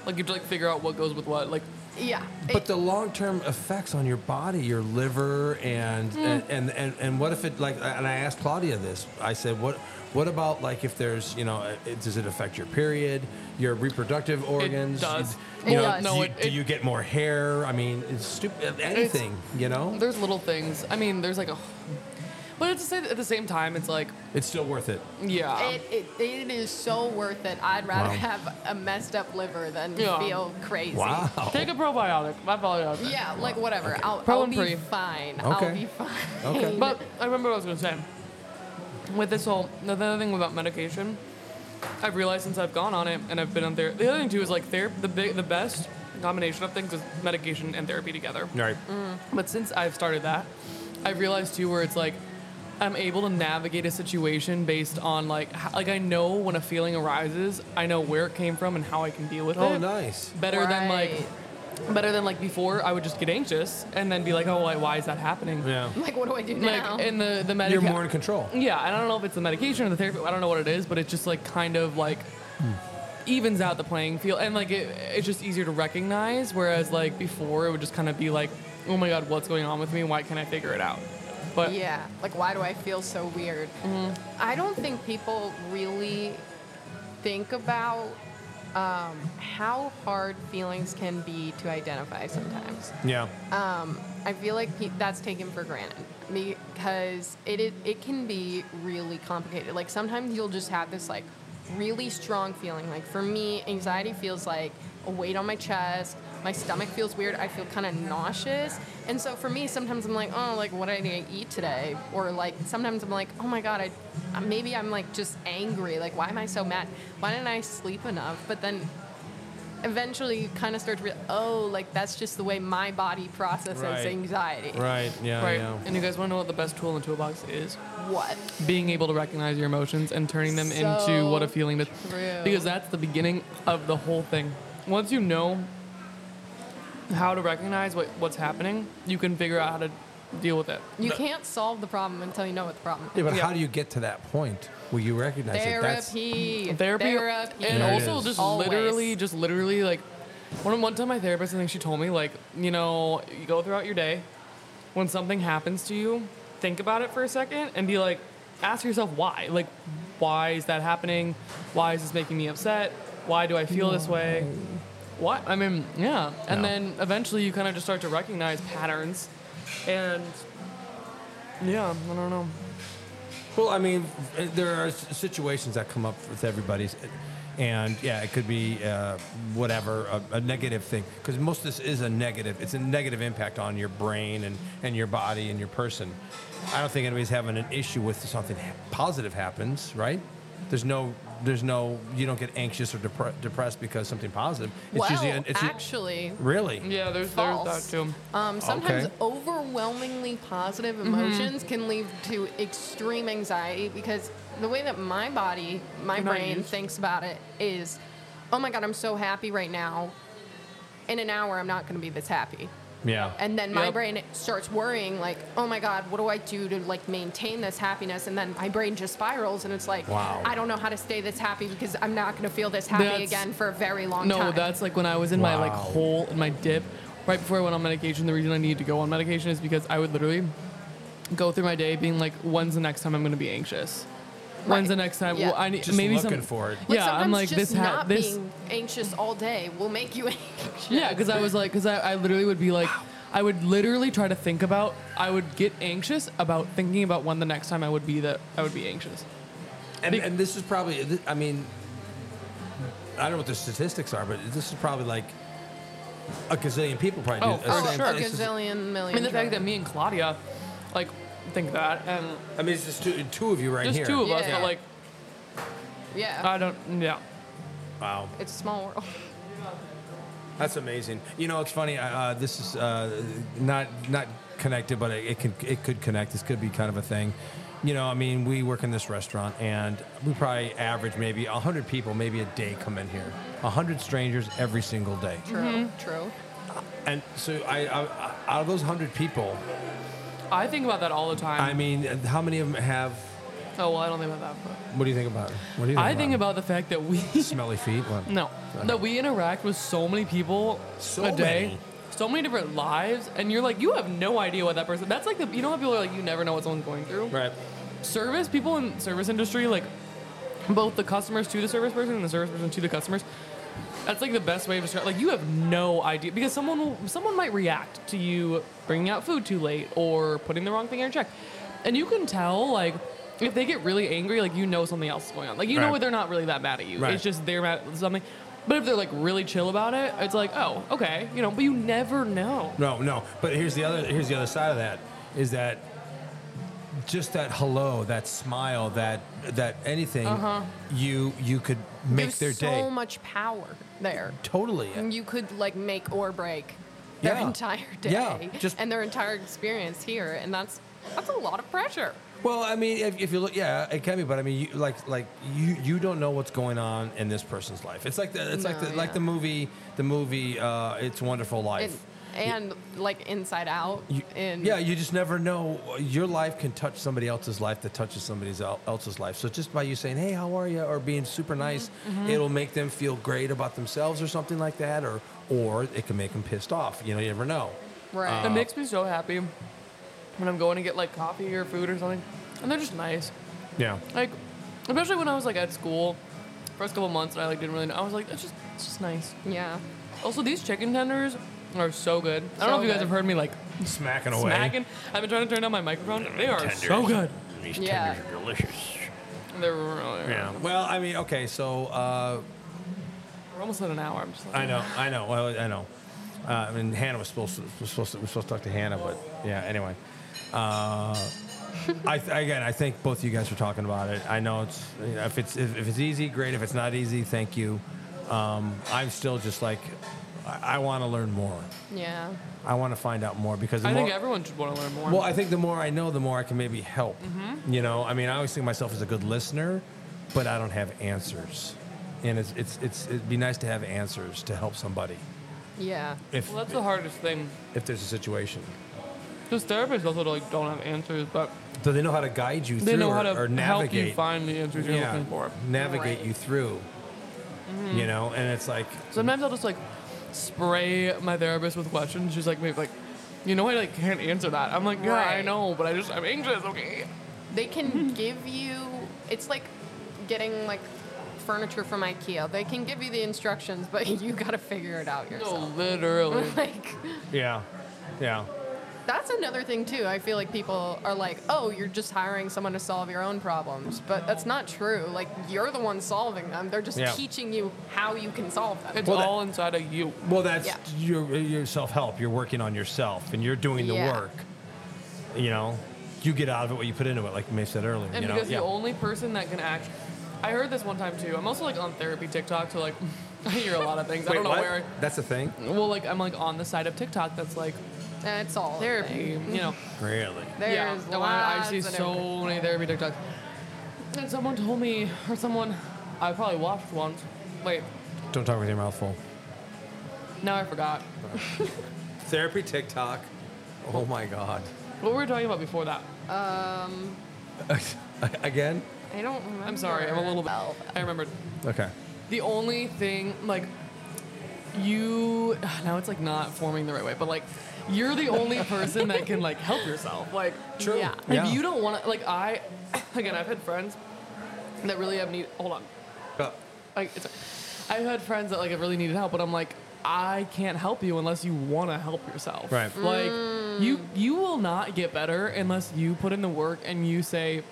Speaker 6: Like you have to like figure out what goes with what. Like
Speaker 3: yeah.
Speaker 1: But
Speaker 3: it-
Speaker 1: the long term effects on your body, your liver, and,
Speaker 3: Mm.
Speaker 1: and, and and and what if it like? And I asked Claudia this. I said, what what about like if there's you know, uh, it, does it affect your period, your reproductive organs?
Speaker 6: does.
Speaker 1: You
Speaker 3: It
Speaker 1: know,
Speaker 3: does.
Speaker 1: Do,
Speaker 6: No,
Speaker 1: you,
Speaker 6: it-
Speaker 1: do
Speaker 6: it-
Speaker 1: you get more hair? I mean, it's stupid. Anything, you know.
Speaker 6: there's little things. I mean, there's like a. <sighs> But at the same, at the same time, it's like,
Speaker 1: It's still worth it.
Speaker 6: yeah.
Speaker 3: It, it, it is so worth it. I'd rather
Speaker 1: Wow.
Speaker 3: have a messed up liver than
Speaker 6: Yeah.
Speaker 3: feel crazy.
Speaker 6: Take a probiotic. My probiotic.
Speaker 3: Yeah, like whatever. I'll, I'll
Speaker 6: Problem
Speaker 3: be
Speaker 6: free.
Speaker 3: fine.
Speaker 1: Okay.
Speaker 3: I'll be fine. <laughs>
Speaker 1: Okay.
Speaker 6: But I remember what I was going to say. With this whole, the other thing about medication, I've realized since I've gone on it and I've been on therapy. The other thing too is like therapy. The big, the best combination of things is medication and therapy together.
Speaker 1: All right.
Speaker 6: But since I've started that, I've realized too where it's like I'm able to navigate a situation based on like h- like I know when a feeling arises, I know where it came from and how I can deal with it.
Speaker 1: Oh, nice.
Speaker 6: Better than
Speaker 3: Right.
Speaker 6: like better than like before, I would just get anxious and then be like, oh, why, why is that happening?
Speaker 1: Yeah.
Speaker 3: Like, what do I do now?
Speaker 6: Like in the the medica-
Speaker 1: You're more in control.
Speaker 6: yeah, I don't know if it's the medication or the therapy. I don't know what it is, but it's just like kind of like evens out the playing field, and like it, it's just easier to recognize. Whereas like before, it would just kind of be like, oh my god, what's going on with me? Why can't I figure it out? But
Speaker 3: yeah. Like, why do I feel so weird?
Speaker 6: Mm-hmm.
Speaker 3: I don't think people really think about um, how hard feelings can be to identify sometimes.
Speaker 1: Yeah.
Speaker 3: I feel like pe- that's taken for granted because it, it it can be really complicated. Like sometimes you'll just have this like really strong feeling. Like for me, anxiety feels like a weight on my chest. My stomach feels weird. I feel kind of nauseous. And so for me, sometimes I'm like, oh, like what did I eat today? Or like sometimes I'm like, oh my god, I uh, maybe I'm like just angry. Like why am I so mad? Why didn't I sleep enough? But then eventually you kind of start to realize, oh, like that's just the way my body processes
Speaker 1: Right.
Speaker 3: anxiety.
Speaker 1: Right. Yeah.
Speaker 6: right,
Speaker 1: Yeah.
Speaker 6: and you guys want to know what the best tool in the toolbox is?
Speaker 3: What?
Speaker 6: being able to recognize your emotions and turning them into
Speaker 3: So
Speaker 6: what a feeling that
Speaker 3: true.
Speaker 6: because that's the beginning of the whole thing once you know how to recognize what, what's happening you can figure out how to deal with it
Speaker 3: You can't solve the problem until you know what the problem is.
Speaker 1: Yeah, but how do you get to that point where you recognize it? That's
Speaker 3: Therapy.
Speaker 6: therapy,
Speaker 3: Therapy.
Speaker 6: and
Speaker 1: There it
Speaker 6: also
Speaker 1: is.
Speaker 6: just
Speaker 3: Always.
Speaker 6: literally just literally like one one time my therapist I think she told me like you know you go throughout your day when something happens to you think about it for a second and be like ask yourself why like why is that happening why is this making me upset why do I feel this way what I mean yeah and
Speaker 1: Yeah.
Speaker 6: then eventually you kind of just start to recognize patterns and yeah I don't know
Speaker 1: Well, I mean, there are s- situations that come up with everybody's, and yeah, it could be uh, whatever a, a negative thing because most of this is a negative. It's a negative impact on your brain and, and your body and your person. I don't think anybody's having an issue with something ha- positive happens, right? There's no, there's no, you don't get anxious or depre- depressed because something positive. It's
Speaker 3: Well,
Speaker 1: usually, an- it's u-
Speaker 3: actually,
Speaker 1: really,
Speaker 6: yeah there's
Speaker 3: False.
Speaker 6: there's that too
Speaker 3: um, sometimes
Speaker 1: Okay.
Speaker 3: overwhelmingly positive emotions can lead to extreme anxiety because the way that my body, my
Speaker 6: You're not
Speaker 3: brain
Speaker 6: used.
Speaker 3: thinks about it is, oh my God, I'm so happy right now. In an hour, I'm not going to be this happy.
Speaker 1: yeah,
Speaker 3: and then my
Speaker 6: Yep.
Speaker 3: brain starts worrying like oh my god what do i do to like maintain this happiness and then my brain just spirals and it's like
Speaker 1: Wow.
Speaker 3: i don't know how to stay this happy because i'm not going to feel this happy
Speaker 6: That's-
Speaker 3: again for a very long
Speaker 6: No,
Speaker 3: time
Speaker 6: that's like when I was in my like
Speaker 1: Wow.
Speaker 6: hole in my dip right before I went on medication. The reason I needed to go on medication is because I would literally go through my day being like, when's the next time I'm going to be anxious? When's
Speaker 3: Right.
Speaker 6: the next time?
Speaker 3: Yeah.
Speaker 6: Well, I need
Speaker 1: Just
Speaker 6: maybe
Speaker 1: looking
Speaker 6: some,
Speaker 1: for it.
Speaker 3: like,
Speaker 6: Yeah,
Speaker 3: sometimes
Speaker 6: I'm like
Speaker 3: just
Speaker 6: this. Ha-
Speaker 3: not
Speaker 6: this.
Speaker 3: being anxious all day will make you <laughs> anxious
Speaker 6: Yeah, because I was like, because I, I literally would be like, I would literally try to think about. I would get anxious about thinking about when the next time I would be that I would be anxious.
Speaker 1: And,
Speaker 6: Bec-
Speaker 1: and this is probably, th- I mean, I don't know what the statistics are, but this is probably like a gazillion people probably
Speaker 6: Oh,
Speaker 1: do.
Speaker 6: for
Speaker 1: the
Speaker 3: oh,
Speaker 1: same
Speaker 6: sure.
Speaker 3: a
Speaker 1: thing. It's just-
Speaker 3: gazillion million
Speaker 6: I mean, the fact
Speaker 3: drugs.
Speaker 6: that me and Claudia, like, think that, and
Speaker 1: I mean, it's just two, two of you right
Speaker 6: just
Speaker 1: here.
Speaker 6: two of us,
Speaker 3: Yeah.
Speaker 6: but like,
Speaker 3: yeah
Speaker 6: I don't. Yeah.
Speaker 1: Wow.
Speaker 3: it's a small world <laughs>
Speaker 1: That's amazing. You know, it's funny. Uh, this is uh, not not connected, but it, it can it could connect. This could be kind of a thing. You know, I mean, we work in this restaurant, and we probably average maybe hundred people, maybe a day, come in here. hundred strangers every single day.
Speaker 3: true
Speaker 6: Mm-hmm.
Speaker 3: true
Speaker 1: And so, I, I out of those hundred people,
Speaker 6: I think about that all the time.
Speaker 1: I mean, how many of them have?
Speaker 6: Oh well, I don't think about that. But
Speaker 1: What do you think about? it? What do you think
Speaker 6: I
Speaker 1: about
Speaker 6: think
Speaker 1: it?
Speaker 6: about the fact that we <laughs>
Speaker 1: smelly feet. What?
Speaker 6: no that we interact with so many people
Speaker 1: So
Speaker 6: a day,
Speaker 1: many.
Speaker 6: so many different lives, and you're like you have no idea what that person. That's like the you know how people are like you never know what someone's going through.
Speaker 1: Right.
Speaker 6: Service people in service industry like both the customers to the service person and the service person to the customers. That's like the best way of describing. Like you have no idea because someone will, someone might react to you bringing out food too late or putting the wrong thing in your check. and you can tell like if they get really angry, like you know something else is going on. Like you know
Speaker 1: Right.
Speaker 6: they're not really that mad at you.
Speaker 1: Right.
Speaker 6: It's just they're mad at something. But if they're like really chill about it, it's like oh okay, you know. But you never know.
Speaker 1: No, no. But here's the other here's the other side of that is that just that hello, that smile, that that anything you you could make
Speaker 3: There's
Speaker 1: their
Speaker 3: so Mm.
Speaker 1: day.
Speaker 3: much power there.
Speaker 1: totally.
Speaker 3: And you could like make or break their
Speaker 1: Yeah.
Speaker 3: entire day
Speaker 1: Yeah, just-
Speaker 3: and their entire experience here, and that's that's a lot of pressure.
Speaker 1: Well, I mean, if, if you look, yeah, it can be, but I mean, you, like, like you, you don't know what's going on in this person's life. It's like the, it's like
Speaker 3: No,
Speaker 1: the, like
Speaker 3: yeah.
Speaker 1: the movie, the movie, uh, It's Wonderful Life.
Speaker 3: And, and like inside out,
Speaker 1: You-
Speaker 3: and
Speaker 1: yeah, you just never know. Your life can touch somebody else's life that touches somebody el- else's life. So just by you saying, "Hey, how are you?" or being super nice, it'll make them feel great about themselves or something like that, or or it can make them pissed off. You know, you never know.
Speaker 3: right.
Speaker 1: Uh,
Speaker 6: It makes me so happy when I'm going to get like coffee or food or something, and they're just nice.
Speaker 1: Yeah.
Speaker 6: Like, especially when I was like at school, first couple months, and I like didn't really know. I was like, it's just, it's just nice.
Speaker 3: yeah,
Speaker 6: Also, these chicken tenders are so good. I don't
Speaker 3: So
Speaker 6: know if you guys
Speaker 3: good.
Speaker 6: have heard me like
Speaker 1: Smacking away.
Speaker 6: smacking. I've been trying to turn down my microphone. They are so good.
Speaker 7: These
Speaker 3: Yeah.
Speaker 7: tenders are delicious.
Speaker 6: They're really.
Speaker 1: Yeah. Well, I mean, okay, so uh,
Speaker 6: We're almost at an hour. I'm just like,
Speaker 1: I know, I know. Well, I know. Uh, I mean, Hannah was supposed to, was supposed to, was supposed to talk to Hannah, but yeah. Anyway, uh, I th- again, I think both you guys were talking about it. I know it's you know, if it's if, if it's easy, great. If it's not easy, thank you. Um, I'm still just like, I, I want to learn more.
Speaker 3: yeah.
Speaker 1: I want to find out more because the
Speaker 6: I
Speaker 1: more,
Speaker 6: think everyone should want to learn more.
Speaker 1: well, I think the more I know, the more I can maybe help.
Speaker 6: Mm-hmm.
Speaker 1: You know, I mean, I always think of myself as a good listener, but I don't have answers, and it's it's, it's it'd be nice to have answers to help somebody.
Speaker 3: Yeah.
Speaker 1: If
Speaker 6: Well, that's the hardest thing.
Speaker 1: if there's a situation.
Speaker 6: Because therapists also like don't have answers, but
Speaker 1: So they know how to guide you
Speaker 6: they
Speaker 1: through
Speaker 6: know
Speaker 1: or,
Speaker 6: how to
Speaker 1: or
Speaker 6: help
Speaker 1: navigate.
Speaker 6: you find the answers you're
Speaker 1: yeah,
Speaker 6: looking for. Mm-hmm.
Speaker 1: navigate
Speaker 3: Right.
Speaker 1: you through. You know, and it's like
Speaker 6: Sometimes I'll just like spray my therapist with questions. She's like, maybe like, you know, I like can't answer that. I'm like, yeah, I
Speaker 3: Right.
Speaker 6: know, but I just I'm anxious. Okay.
Speaker 3: They can give you. It's like getting like furniture from IKEA. They can give you the instructions, but <laughs> you got to figure it out
Speaker 6: No,
Speaker 3: yourself.
Speaker 6: literally.
Speaker 3: <laughs> Like
Speaker 1: yeah, yeah,
Speaker 3: that's another thing too. I feel like people are like, "Oh, you're just hiring someone to solve your own problems," but that's not true. Like you're the one solving them. They're just
Speaker 1: Yeah.
Speaker 3: teaching you how you can solve them.
Speaker 6: It's
Speaker 1: Well, that-
Speaker 6: all inside of you.
Speaker 1: Well, that's
Speaker 3: Yeah.
Speaker 1: your your self help. You're working on yourself, and you're doing the
Speaker 3: Yeah.
Speaker 1: work. You know, you get out of it what you put into it, like May said earlier.
Speaker 6: And
Speaker 1: you know,
Speaker 6: because
Speaker 1: yeah.
Speaker 6: the only person that can act, I heard this one time too. I'm also like on therapy TikTok, so like <laughs> I hear a lot of things. I don't know where.
Speaker 1: That's the thing.
Speaker 6: Well, like I'm like on the side of TikTok that's like
Speaker 3: That's all.
Speaker 6: therapy. You know.
Speaker 1: Really?
Speaker 3: There's
Speaker 6: yeah.
Speaker 3: lots
Speaker 6: and I, I see
Speaker 3: of different-
Speaker 6: so many therapy TikToks. And someone told me, or someone, I probably watched once. Wait,
Speaker 1: Don't talk with your mouth full.
Speaker 6: now I forgot.
Speaker 1: Therapy TikTok. Oh my God.
Speaker 6: What were we talking about before that?
Speaker 1: Again?
Speaker 3: I don't remember.
Speaker 6: I'm sorry, I'm a little bit.
Speaker 3: Well,
Speaker 6: I remembered.
Speaker 1: Okay.
Speaker 6: The only thing, like, you. <sighs> Now it's like not forming the right way, but like, you're the only person that can like help yourself. Like,
Speaker 1: True.
Speaker 3: Yeah.
Speaker 6: if you don't want to, like, I. <laughs> Again, I've had friends that really have need. Hold on.
Speaker 1: Uh,
Speaker 6: Like, it's, I've had friends that like have really needed help, but I'm like, I can't help you unless you want to help yourself.
Speaker 1: Right.
Speaker 6: Like, you you will not get better unless you put in the work and you say,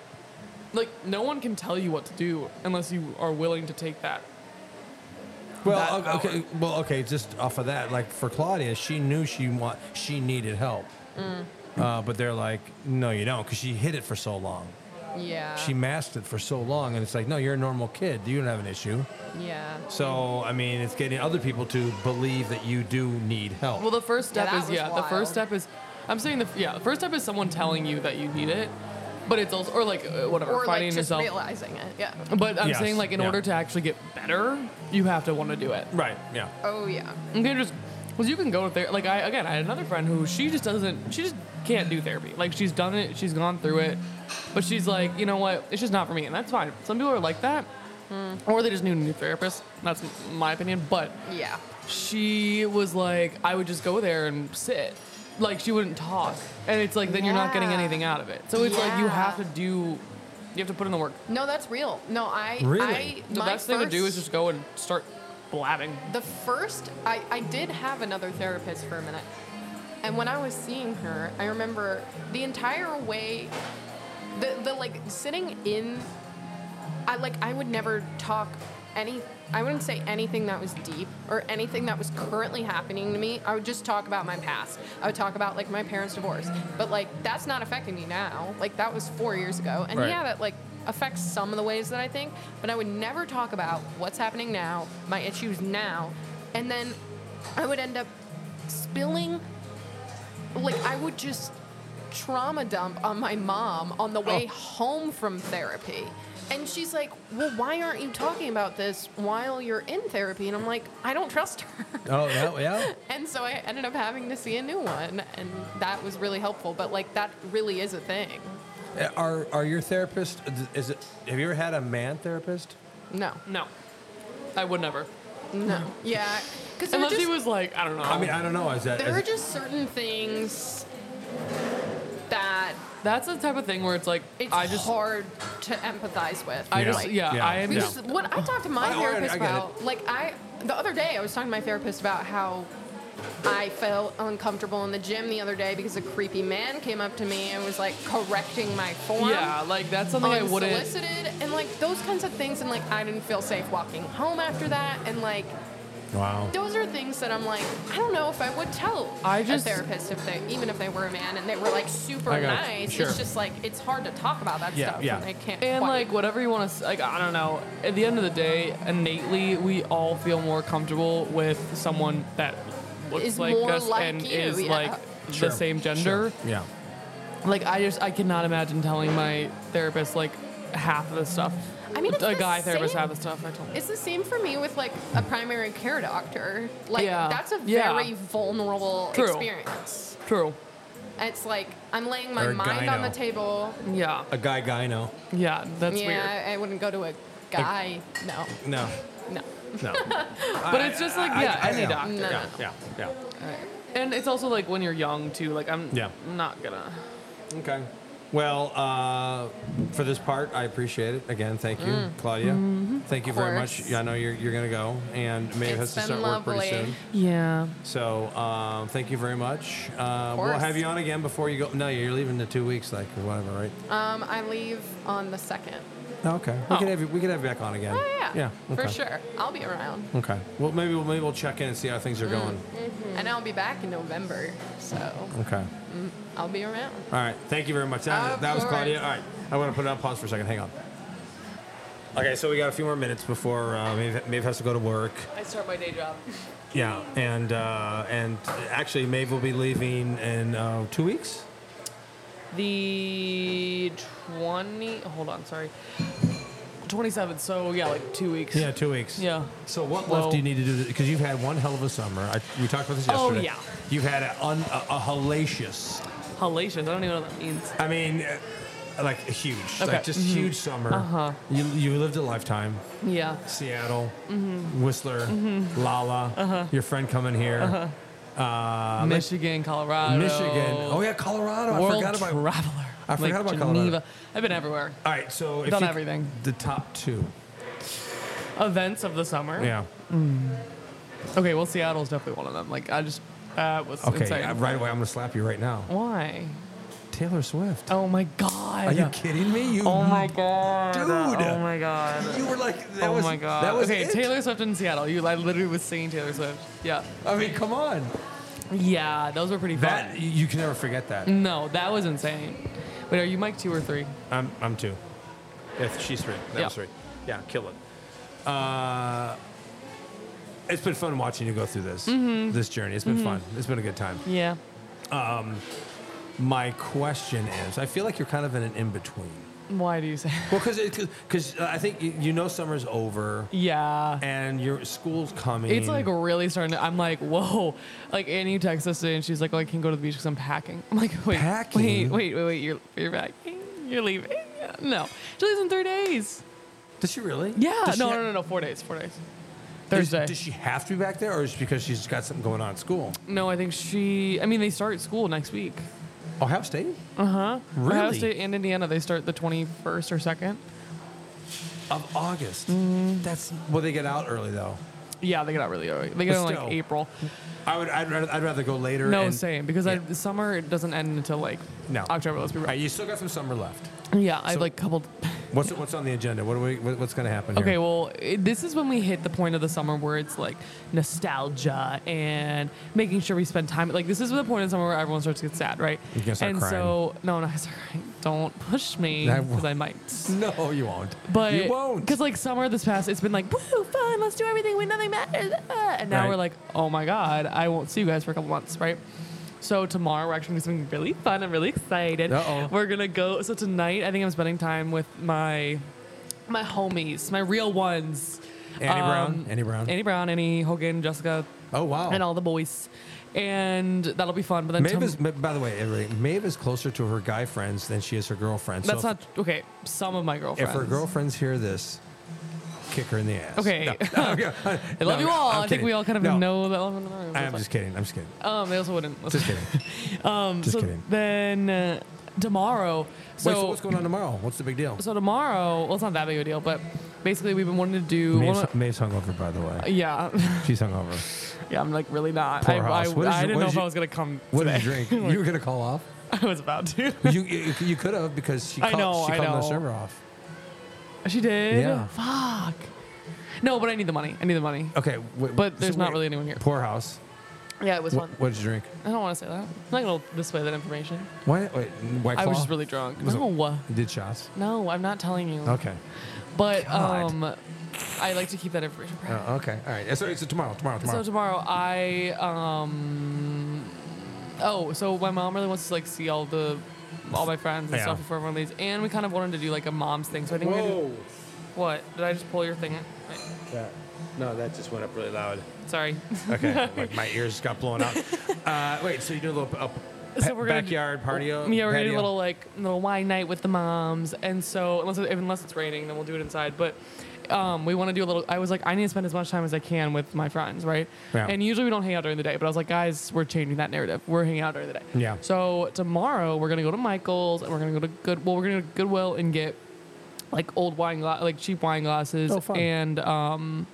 Speaker 6: like, no one can tell you what to do unless you are willing to take that.
Speaker 1: Well,
Speaker 6: that
Speaker 1: o- okay. Well, okay. Just off of that, like for Claudia, she knew she want she needed help,
Speaker 6: Mm.
Speaker 1: uh, but they're like, no, you don't, because she hid it for so long.
Speaker 3: yeah.
Speaker 1: She masked it for so long, and it's like, no, you're a normal kid. You don't have an issue.
Speaker 3: yeah.
Speaker 1: So, I mean, it's getting other people to believe that you do need help.
Speaker 6: Well, the first
Speaker 3: Yeah,
Speaker 6: step
Speaker 3: that
Speaker 6: is
Speaker 3: was
Speaker 6: yeah. The first
Speaker 3: wild.
Speaker 6: step is, I'm saying the yeah. The first step is someone telling you that you need it, but it's also or like uh, whatever
Speaker 3: Or
Speaker 6: finding
Speaker 3: like just
Speaker 6: yourself.
Speaker 3: realizing it. Yeah.
Speaker 6: But I'm
Speaker 1: Yes,
Speaker 6: saying like in
Speaker 1: yeah.
Speaker 6: order to actually get better, you have to want to do it.
Speaker 1: right? Yeah.
Speaker 3: Oh yeah.
Speaker 6: You can just because you can go there. Like I again, I had another friend who she just doesn't. She just can't do therapy. Like she's done it. She's gone through it, but she's like, you know what? It's just not for me, and that's fine. Some people are like that.
Speaker 3: Hmm.
Speaker 6: Or they just need a new therapist. That's m- my opinion. But
Speaker 3: Yeah.
Speaker 6: she was like, I would just go there and sit. Like she wouldn't talk. And it's like then you're not getting
Speaker 3: Yeah.
Speaker 6: anything out of it. So it's like you
Speaker 3: Yeah.
Speaker 6: have to do you have to put in the work.
Speaker 3: No, that's real. No, I
Speaker 1: Really?
Speaker 3: I
Speaker 6: The
Speaker 3: my
Speaker 6: best thing to do is
Speaker 3: first-
Speaker 6: just go and start blabbing.
Speaker 3: the first I, I did have another therapist for a minute and when i was seeing her i remember the entire way the the like sitting in I like I would never talk any I wouldn't say anything that was deep or anything that was currently happening to me. I would just talk about my past. I would talk about like my parents' divorce. But like that's not affecting me now. Like that was 4 years ago. And
Speaker 1: Right.
Speaker 3: yeah, that like affects some of the ways that I think, but I would never talk about what's happening now, my issues now. And then I would end up spilling like I would just trauma dump on my mom on the way home from therapy. And she's like, "Well, why aren't you talking about this while you're in therapy?" And I'm like, "I don't trust her." <laughs>
Speaker 1: Oh, yeah, yeah.
Speaker 3: And so I ended up having to see a new one, and that was really helpful, but like that really is a thing.
Speaker 1: Uh, Are are your therapist? Is it? Have you ever had a man therapist?
Speaker 3: No.
Speaker 6: No, I would never.
Speaker 3: No. Mm-hmm. Yeah, cuz
Speaker 6: Unless
Speaker 3: just,
Speaker 6: he was like, I don't know.
Speaker 1: I mean, I don't know. Is that?
Speaker 3: there are
Speaker 1: Is,
Speaker 3: just certain things that
Speaker 6: that's the type of thing where it's like,
Speaker 3: it's
Speaker 6: I just,
Speaker 3: hard to empathize with.
Speaker 6: I
Speaker 1: Yeah.
Speaker 6: just, yeah,
Speaker 1: Yeah.
Speaker 6: I am
Speaker 3: Because
Speaker 6: just.
Speaker 3: what I talked to my
Speaker 1: I- I-
Speaker 3: therapist
Speaker 1: I get
Speaker 3: about, like I, the other day I was talking to my therapist about how I felt uncomfortable in the gym the other day because a creepy man came up to me and was like correcting my form.
Speaker 6: Yeah, like that's
Speaker 1: Oh,
Speaker 6: something I wouldn't.
Speaker 3: Unsolicited and like those kinds of things, and like I didn't feel safe walking home after that, and like
Speaker 1: wow.
Speaker 3: those are things that I'm like, I don't know if I would tell
Speaker 6: I just-
Speaker 3: a therapist if they, even if they were a man and they were like super
Speaker 1: I got you.
Speaker 3: nice.
Speaker 1: Sure.
Speaker 3: It's just like it's hard to talk about that
Speaker 1: Yeah,
Speaker 3: stuff.
Speaker 1: yeah.
Speaker 3: And I can't.
Speaker 6: And
Speaker 3: quite.
Speaker 6: like whatever you want to, like I don't know. At the end of the day, innately, we all feel more comfortable with someone that looks
Speaker 3: Is
Speaker 6: like
Speaker 3: more
Speaker 6: us
Speaker 3: like
Speaker 6: and
Speaker 3: you,
Speaker 6: is
Speaker 3: yeah.
Speaker 6: like
Speaker 1: Sure,
Speaker 6: the same
Speaker 1: sure,
Speaker 6: gender.
Speaker 1: Yeah.
Speaker 6: Like I just, I cannot imagine telling my therapist like half of the stuff.
Speaker 3: I mean, it's
Speaker 6: a
Speaker 3: the
Speaker 6: guy therapist
Speaker 3: same-
Speaker 6: half the stuff. I told.
Speaker 3: It's the same for me with like a primary care doctor. Like
Speaker 6: Yeah.
Speaker 3: that's a
Speaker 6: Yeah.
Speaker 3: very vulnerable
Speaker 6: True.
Speaker 3: experience.
Speaker 6: True.
Speaker 3: It's like I'm laying my
Speaker 1: Or a
Speaker 3: mind on the
Speaker 1: gyno.
Speaker 3: table.
Speaker 6: Yeah.
Speaker 1: A guy, guy, no,
Speaker 6: Yeah. That's
Speaker 3: yeah,
Speaker 6: weird.
Speaker 3: I, I wouldn't go to a guy. no,
Speaker 1: no,
Speaker 3: no. <laughs>
Speaker 1: no.
Speaker 6: But it's just like yeah, any
Speaker 1: know.
Speaker 6: doctor.
Speaker 3: No.
Speaker 1: Yeah, yeah, yeah.
Speaker 6: And it's also like when you're young too. Like I'm
Speaker 1: Yeah.
Speaker 6: not gonna.
Speaker 1: Okay. Well, uh, for this part, I appreciate it. Again, thank you, Claudia. Thank you very much.
Speaker 3: Mm. Mm-hmm. course.
Speaker 1: Yeah, I know you're, you're going to go, and Maeve has
Speaker 3: It's
Speaker 1: to
Speaker 3: been
Speaker 1: start work pretty
Speaker 3: lovely.
Speaker 1: soon.
Speaker 6: Yeah.
Speaker 1: So, um, thank you very much. Uh, we'll
Speaker 3: course.
Speaker 1: have you on again before you go. No, you're leaving in two weeks, like or whatever, right?
Speaker 3: Um, I leave on the second.
Speaker 1: Oh, okay. We can have you, we can have you back on again.
Speaker 3: Oh yeah,
Speaker 1: Yeah.
Speaker 3: for
Speaker 1: okay.
Speaker 3: sure. I'll be around,
Speaker 1: Okay. Well, maybe we'll maybe we'll check in and see how things are
Speaker 3: Mm.
Speaker 1: going.
Speaker 3: and I'll be back in November, so
Speaker 1: Okay.
Speaker 3: I'll be around.
Speaker 1: All right. Thank you very much. That,
Speaker 3: Of
Speaker 1: that was
Speaker 3: course.
Speaker 1: Claudia. All right. I want to put it on pause for a second. Hang on. Okay, so we got a few more minutes before uh, Maeve, Maeve has to go to work.
Speaker 6: I start my day job.
Speaker 1: Yeah, and uh, and actually, Maeve will be leaving in uh, two weeks.
Speaker 6: The 20, hold on, sorry. 27, so yeah, like two weeks.
Speaker 1: Yeah, two weeks.
Speaker 6: Yeah.
Speaker 1: So what
Speaker 6: Well-
Speaker 1: left do you need to do? Because you've had one hell of a summer. I, we talked about this
Speaker 6: Oh,
Speaker 1: yesterday.
Speaker 6: yeah.
Speaker 1: You've had a, un, a, a hellacious.
Speaker 6: Hellacious, I don't even know what that means.
Speaker 1: I mean, uh, like huge,
Speaker 6: Okay,
Speaker 1: like just huge summer.
Speaker 6: Uh-huh.
Speaker 1: You you lived a lifetime.
Speaker 6: Yeah.
Speaker 1: Seattle,
Speaker 6: Mm-hmm.
Speaker 1: Whistler, Lala,
Speaker 6: Uh-huh.
Speaker 1: your friend coming here, uh, like
Speaker 6: Michigan, Colorado.
Speaker 1: Michigan. Oh yeah, Colorado.
Speaker 6: World
Speaker 1: I forgot about.
Speaker 6: Traveler.
Speaker 1: I forgot about Colorado.
Speaker 6: Geneva. I've been everywhere.
Speaker 1: All right, so if
Speaker 6: Done
Speaker 1: you-
Speaker 6: everything.
Speaker 1: The top two.
Speaker 6: Events of the summer.
Speaker 1: Yeah.
Speaker 6: Okay, well, Seattle's definitely one of them. Like, I just, that was
Speaker 1: Okay,
Speaker 6: insane.
Speaker 1: uh, right away, I'm gonna slap you right now.
Speaker 6: Why?
Speaker 1: Taylor Swift.
Speaker 6: Oh my God.
Speaker 1: Are you kidding me? You,
Speaker 6: Oh my God.
Speaker 1: Dude.
Speaker 6: Oh my God.
Speaker 1: you were like, that
Speaker 6: oh
Speaker 1: was,
Speaker 6: my god.
Speaker 1: That was
Speaker 6: okay,
Speaker 1: it?
Speaker 6: Taylor Swift in Seattle. You I literally was singing Taylor Swift. Yeah.
Speaker 1: I mean, come on.
Speaker 6: Yeah, those were pretty fun.
Speaker 1: That you can never forget that.
Speaker 6: no, that was insane. Wait, are you Mike two or three?
Speaker 1: I'm, I'm two. If she's three, that
Speaker 6: Yeah.
Speaker 1: was three. Yeah, kill it. Uh, it's been fun watching you go through this
Speaker 6: Mm-hmm.
Speaker 1: this journey. It's been fun. It's been a good time.
Speaker 6: Yeah.
Speaker 1: My question is, I feel like you're kind of in an in between.
Speaker 6: Why do you say?
Speaker 1: Well, because because uh, I think you, you know summer's over
Speaker 6: Yeah.
Speaker 1: and your school's coming.
Speaker 6: It's like really starting to. I'm like, whoa. Like Annie texts us today and she's like, oh, I can't go to the beach because I'm packing. I'm like, wait,
Speaker 1: Packing?
Speaker 6: wait, wait, wait, wait. You're you're packing. You're leaving. No, she leaves in three days.
Speaker 1: Does she really?
Speaker 6: Yeah.
Speaker 1: Does she
Speaker 6: no,
Speaker 1: ha-
Speaker 6: no, no, no. Four days. Four days.
Speaker 1: Does-
Speaker 6: Thursday.
Speaker 1: Does she have to be back there, or is it because she's got something going on at school?
Speaker 6: no, I think she. I mean, they start school next week.
Speaker 1: Ohio State?
Speaker 6: Uh huh. Ohio
Speaker 1: Really?
Speaker 6: State and Indiana, they start the 21st or 2nd. Mm-hmm.
Speaker 1: Of August. That's well, they get out early though.
Speaker 6: Yeah, they get out really early. They get
Speaker 1: But
Speaker 6: out in like
Speaker 1: still.
Speaker 6: April.
Speaker 1: I would. I'd rather, I'd rather go later.
Speaker 6: No,
Speaker 1: and-
Speaker 6: same because
Speaker 1: Yeah.
Speaker 6: I, summer it doesn't end until like
Speaker 1: No.
Speaker 6: October. Let's be
Speaker 1: All right,
Speaker 6: right.
Speaker 1: you still got some summer left.
Speaker 6: Yeah, I have
Speaker 1: So-
Speaker 6: like couple.
Speaker 1: What's what's on the agenda? What do we? what- What's going to happen?
Speaker 6: Okay,
Speaker 1: Here?
Speaker 6: well, it, this is when we hit the point of the summer where it's like nostalgia and making sure we spend time. Like this is the point of summer where everyone starts to get sad, right?
Speaker 1: You're gonna start
Speaker 6: and
Speaker 1: crying.
Speaker 6: so no, no, I start crying. Don't push me
Speaker 1: I won't.
Speaker 6: because I might.
Speaker 1: <laughs> no, you won't.
Speaker 6: But
Speaker 1: you won't.
Speaker 6: because like summer this past, it's been like woo fun, let's do everything when nothing matters, ah," and now
Speaker 1: Right.
Speaker 6: we're like, oh my god, I won't see you guys for a couple months, right? So tomorrow we're actually doing something really fun. I'm really excited.
Speaker 1: Uh-oh.
Speaker 6: We're gonna go. So tonight I think I'm spending time with my my homies, my real ones.
Speaker 1: Annie Brown.
Speaker 6: Um,
Speaker 1: Annie Brown.
Speaker 6: Annie Brown, Annie Hogan, Jessica,
Speaker 1: oh wow.
Speaker 6: and all the boys, and that'll be fun. But then
Speaker 1: Maeve
Speaker 6: tom-
Speaker 1: is, but by the way, everybody, Maeve is closer to her guy friends than she is her girlfriend.
Speaker 6: that's
Speaker 1: so if-
Speaker 6: not okay. Some of my
Speaker 1: If
Speaker 6: girlfriends.
Speaker 1: her girlfriends hear this, kick her in the ass. <laughs>
Speaker 6: Okay.
Speaker 1: No, no, no,
Speaker 6: <laughs> I
Speaker 1: no,
Speaker 6: love you all.
Speaker 1: I'm
Speaker 6: I think
Speaker 1: kidding.
Speaker 6: we all kind of
Speaker 1: No,
Speaker 6: know that. love-
Speaker 1: I'm just kidding. I'm just
Speaker 6: <laughs>
Speaker 1: kidding.
Speaker 6: Um, they also wouldn't.
Speaker 1: Just kidding.
Speaker 6: Um,
Speaker 1: just
Speaker 6: so
Speaker 1: kidding.
Speaker 6: Then uh, tomorrow. So,
Speaker 1: Wait, so what's going on tomorrow? What's the big deal?
Speaker 6: so tomorrow. Well, it's not that big of a deal, but basically we've been wanting to do.
Speaker 1: Maeve's,
Speaker 6: wanna-
Speaker 1: Maeve's hungover, by the way.
Speaker 6: yeah, <laughs>
Speaker 1: She's hungover.
Speaker 6: yeah. I'm like really not.
Speaker 1: Poor
Speaker 6: I, I,
Speaker 1: house. What is
Speaker 6: I
Speaker 1: your-
Speaker 6: didn't
Speaker 1: what
Speaker 6: know
Speaker 1: is
Speaker 6: if
Speaker 1: your-
Speaker 6: I was gonna come.
Speaker 1: What
Speaker 6: today.
Speaker 1: did you drink?
Speaker 6: <laughs>
Speaker 1: You were gonna call off.
Speaker 6: I was about
Speaker 1: <laughs>
Speaker 6: to.
Speaker 1: You you, you could have because she
Speaker 6: I
Speaker 1: called,
Speaker 6: know,
Speaker 1: she
Speaker 6: I
Speaker 1: called the
Speaker 6: know.
Speaker 1: server off.
Speaker 6: She did.
Speaker 1: Yeah.
Speaker 6: Fuck. No, but I need the money. I need the money.
Speaker 1: Okay, wait,
Speaker 6: But there's not really anyone here.
Speaker 1: Poor house.
Speaker 6: Yeah, it was
Speaker 1: What,
Speaker 6: fun.
Speaker 1: what did you drink?
Speaker 6: I don't want to say that. I'm not gonna display that information.
Speaker 1: Why? Wait, White
Speaker 6: I was
Speaker 1: Claw?
Speaker 6: just really drunk.
Speaker 1: Was it-
Speaker 6: No,
Speaker 1: You did shots.
Speaker 6: no, I'm not telling you.
Speaker 1: Okay.
Speaker 6: But
Speaker 1: God.
Speaker 6: um, I like to keep that information private.
Speaker 1: Oh, okay. All right. So, so tomorrow, tomorrow, tomorrow.
Speaker 6: So tomorrow I um oh so my mom really wants to like see all the all my friends and
Speaker 1: Yeah.
Speaker 6: stuff before everyone leaves and we kind of wanted to do like a mom's thing so I think we're gonna do,
Speaker 1: Whoa.
Speaker 6: what did I just pull your thing? Wait,
Speaker 1: That- no, that just went up really loud.
Speaker 6: sorry. <laughs>
Speaker 1: Okay, like my ears got blown out. Uh, wait, so you do a little up
Speaker 6: So we're gonna-
Speaker 1: backyard patio?
Speaker 6: Yeah, we're gonna do
Speaker 1: patio?
Speaker 6: a little like little wine night with the moms, and so unless it, unless it's raining, then we'll do it inside. But um, we want to do a little. I was like, I need to spend as much time as I can with my friends, right?
Speaker 1: Yeah.
Speaker 6: And usually we don't hang out during the day, but I was like, guys, we're changing that narrative. We're hanging out during the day.
Speaker 1: Yeah.
Speaker 6: So tomorrow we're gonna go to Michael's and we're gonna go to Good. Well, we're gonna go to Goodwill and get like old wine gla- like cheap wine glasses,
Speaker 1: Oh, fun.
Speaker 6: and um.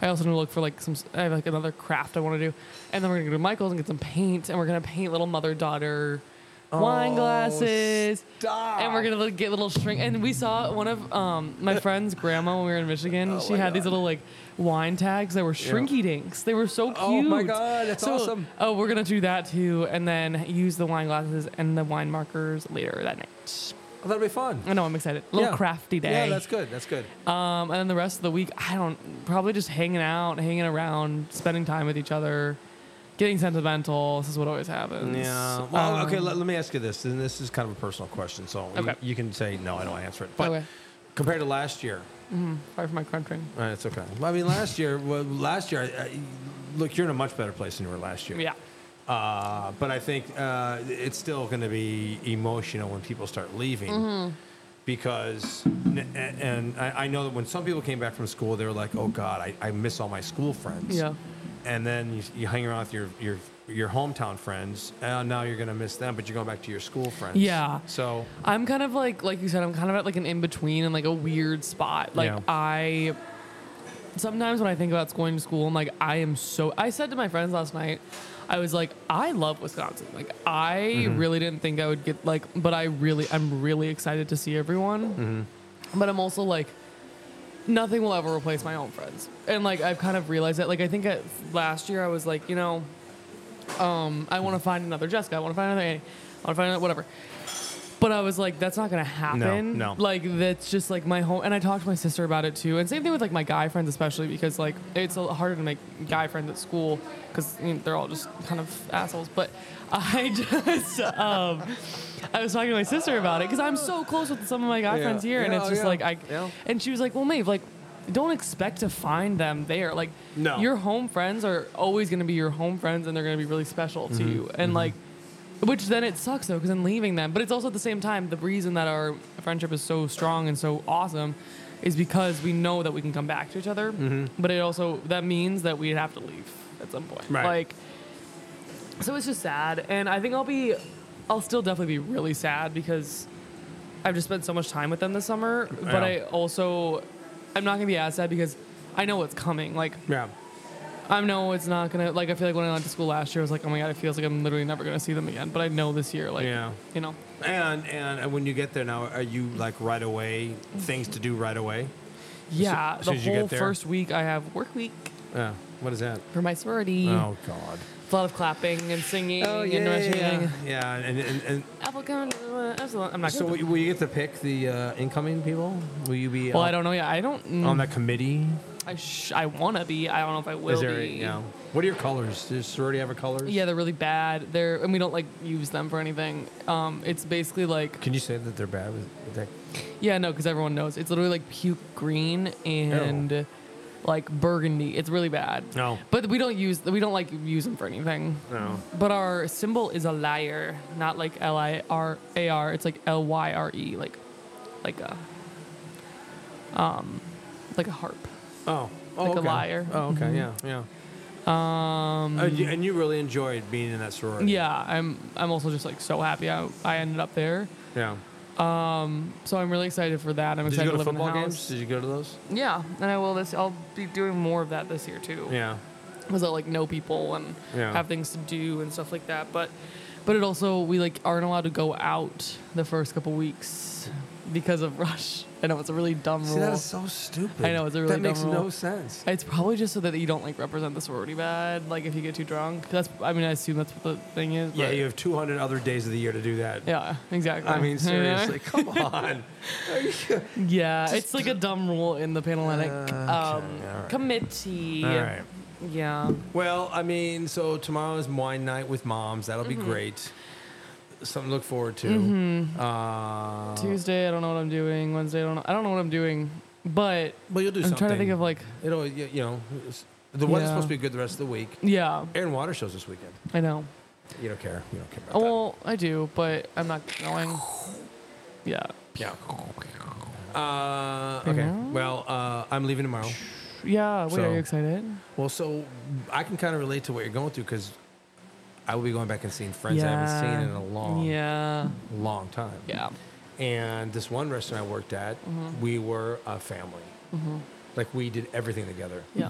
Speaker 6: I also need to look for like some. I have like another craft I want to do, and then we're gonna go to Michael's and get some paint, and we're gonna paint little mother daughter wine
Speaker 1: Oh,
Speaker 6: glasses.
Speaker 1: stop.
Speaker 6: And we're gonna like, get little shrink. And we saw one of um,
Speaker 1: <laughs>
Speaker 6: my friend's grandma when we were in Michigan.
Speaker 1: Oh
Speaker 6: she had these little like wine tags that were shrinky dinks. They were so cute.
Speaker 1: Oh my God, that's
Speaker 6: So,
Speaker 1: awesome.
Speaker 6: Oh, we're gonna do that too, and then use the wine glasses and the wine markers later that night.
Speaker 1: Oh, that'll be fun.
Speaker 6: I know I'm excited. A little
Speaker 1: Yeah.
Speaker 6: crafty day.
Speaker 1: Yeah, that's good. That's good.
Speaker 6: Um, and then the rest of the week, I don't probably just hanging out, hanging around, spending time with each other, getting sentimental. This is what always happens.
Speaker 1: Yeah. Well,
Speaker 6: Um,
Speaker 1: okay. Let, let me ask you this, and this is kind of a personal question, so you-
Speaker 6: Okay.
Speaker 1: you, can say no, I don't answer it. But
Speaker 6: Okay.
Speaker 1: compared to last year,
Speaker 6: Sorry for my crunching.
Speaker 1: uh, it's okay. I mean, last year, well, last year, I, I, look, you're in a much better place than you were last year.
Speaker 6: Yeah.
Speaker 1: Uh, but I think uh, it's still going to be emotional when people start leaving.
Speaker 6: Mm-hmm.
Speaker 1: Because, n- a- and I I know that when some people came back from school, they were like, oh God, I, I miss all my school friends.
Speaker 6: Yeah.
Speaker 1: And then you, you hang around with your, your, your hometown friends, and now you're going to miss them, but you're going back to your school friends.
Speaker 6: Yeah.
Speaker 1: So,
Speaker 6: I'm kind of like, like you said, I'm kind of at like an in between and like a weird spot. Like
Speaker 1: Yeah.
Speaker 6: I, sometimes when I think about going to school, I'm like, I am so. I said to my friends last night, I was like, I love Wisconsin. Like I really didn't think I would get like, but I really, I'm really excited to see everyone. But I'm also like, nothing will ever replace my own friends. And like I've kind of realized that. Like I think at, last year I was like, you know, um, I want to find another Jessica. I want to find another Annie. I want to find another whatever. But I was like, that's not gonna happen.
Speaker 1: no.
Speaker 6: Like that's just like my home. And I talked to my sister about it too. And same thing with like my guy friends, especially because like it's a- harder to make guy friends at school because you know, they're all just kind of assholes. But <laughs> I just um, I was talking to my sister about it because I'm so close with some of my guy
Speaker 1: Yeah.
Speaker 6: friends here, and
Speaker 1: Yeah,
Speaker 6: it's just
Speaker 1: yeah.
Speaker 6: like I.
Speaker 1: Yeah.
Speaker 6: And she was like, "Well, Maeve, like, don't expect to find them there. Like,
Speaker 1: No.
Speaker 6: your home friends are always going to be your home friends, and they're going to be really special to
Speaker 1: Mm-hmm.
Speaker 6: you. And like, which then it sucks though, because I'm leaving them. But it's also at the same time the reason that our friendship is so strong and so awesome is because we know that we can come back to each other.
Speaker 1: Mm-hmm.
Speaker 6: But it also that means that we have to leave at some point.
Speaker 1: Right.
Speaker 6: Like, so it's just sad, and I think I'll be, I'll still definitely be really sad because I've just spent so much time with them this summer. But
Speaker 1: Yeah.
Speaker 6: I also, I'm not gonna be as sad because I know what's coming. Like
Speaker 1: yeah.
Speaker 6: I know it's not gonna like I feel like when I went to school last year I was like, oh my god, it feels like I'm literally never gonna see them again. But I know this year, like
Speaker 1: Yeah.
Speaker 6: you know.
Speaker 1: And and when you get there now, are you like right away? Things to do right away?
Speaker 6: Yeah.
Speaker 1: as
Speaker 6: the
Speaker 1: soon as you get
Speaker 6: whole
Speaker 1: there?
Speaker 6: first week I have work week
Speaker 1: Yeah. What is that?
Speaker 6: for my sorority.
Speaker 1: Oh God.
Speaker 6: A lot of clapping and singing and rushing.
Speaker 1: yeah. Yeah, and and. and
Speaker 6: Apple cone, uh, absolutely. I'm not
Speaker 1: so
Speaker 6: so
Speaker 1: will you- will you get to pick the uh, incoming people? Will you be
Speaker 6: Well,
Speaker 1: on-
Speaker 6: I don't know yet. I don't mm,
Speaker 1: on that committee?
Speaker 6: I, sh- I wanna be. I don't know if I will
Speaker 1: Is there?
Speaker 6: be.
Speaker 1: You know, what are your colors? Does sorority have a colors?
Speaker 6: Yeah, they're really bad. They're and we don't like use them for anything. Um, it's basically like
Speaker 1: Can you say that they're bad with, with that?
Speaker 6: yeah, no, because everyone knows it's literally like puke green and
Speaker 1: Ew.
Speaker 6: like burgundy. It's really bad.
Speaker 1: Oh. No.
Speaker 6: but we don't use we don't like use them for anything.
Speaker 1: No.
Speaker 6: But our symbol is a liar, not like L I R A R. It's like L Y R E, like like a um like a harp.
Speaker 1: Oh. Oh,
Speaker 6: Like a
Speaker 1: okay.
Speaker 6: liar. Mm-hmm.
Speaker 1: Oh, okay. Yeah, yeah. Um, and you really enjoyed being in that sorority.
Speaker 6: Yeah, I'm I'm also just like so happy I, I ended up there.
Speaker 1: yeah.
Speaker 6: So I'm really excited for that. I'm
Speaker 1: Did you
Speaker 6: excited
Speaker 1: go to
Speaker 6: live in the
Speaker 1: football
Speaker 6: house.
Speaker 1: games? Did you go to those?
Speaker 6: Yeah, and I will this. I'll be doing more of that this year too.
Speaker 1: Yeah.
Speaker 6: because I like know people and
Speaker 1: Yeah.
Speaker 6: have things to do and stuff like that. But but it also we like aren't allowed to go out the first couple weeks because of rush. I know it's a really dumb rule.
Speaker 1: See, that is so stupid.
Speaker 6: I know, it's a really
Speaker 1: That makes
Speaker 6: dumb
Speaker 1: no
Speaker 6: rule.
Speaker 1: sense.
Speaker 6: it's probably just so that you don't like represent the sorority bad. Like if you get too drunk, that's I mean I assume that's what the thing is.
Speaker 1: Yeah,
Speaker 6: but-
Speaker 1: you have 200 other days of the year to do that.
Speaker 6: yeah, exactly.
Speaker 1: I mean,
Speaker 6: Yeah.
Speaker 1: seriously, come on.
Speaker 6: <laughs> Yeah, it's like a dumb rule in the Panhellenic
Speaker 1: Uh, Okay,
Speaker 6: um,
Speaker 1: all right.
Speaker 6: committee.
Speaker 1: All right.
Speaker 6: Yeah.
Speaker 1: Well, I mean, so tomorrow is wine night with moms. That'll
Speaker 6: Mm-hmm.
Speaker 1: be great. Something to look forward to. Uh,
Speaker 6: Tuesday, I don't know what I'm doing. Wednesday, I don't know. I don't know what I'm doing. But
Speaker 1: Well, you'll do
Speaker 6: I'm
Speaker 1: something.
Speaker 6: trying to think of like,
Speaker 1: It'll, you you know, it's- the weather's
Speaker 6: Yeah.
Speaker 1: supposed to be good the rest of the week.
Speaker 6: yeah,
Speaker 1: Aaron Water shows this weekend.
Speaker 6: I know.
Speaker 1: You don't care. You don't care about
Speaker 6: Well, I do, but I'm not going. Yeah.
Speaker 1: that. Yeah. Uh, okay. Well, uh, I'm leaving tomorrow.
Speaker 6: Yeah. Wait, are
Speaker 1: So-
Speaker 6: you excited?
Speaker 1: Well, so I can kind of relate to what you're going through because I will be going back and seeing friends I haven't
Speaker 6: Yeah.
Speaker 1: seen in a long,
Speaker 6: Yeah.
Speaker 1: long time.
Speaker 6: Yeah.
Speaker 1: And this one restaurant I worked at, we were a family. Like we did everything together.
Speaker 6: Yeah.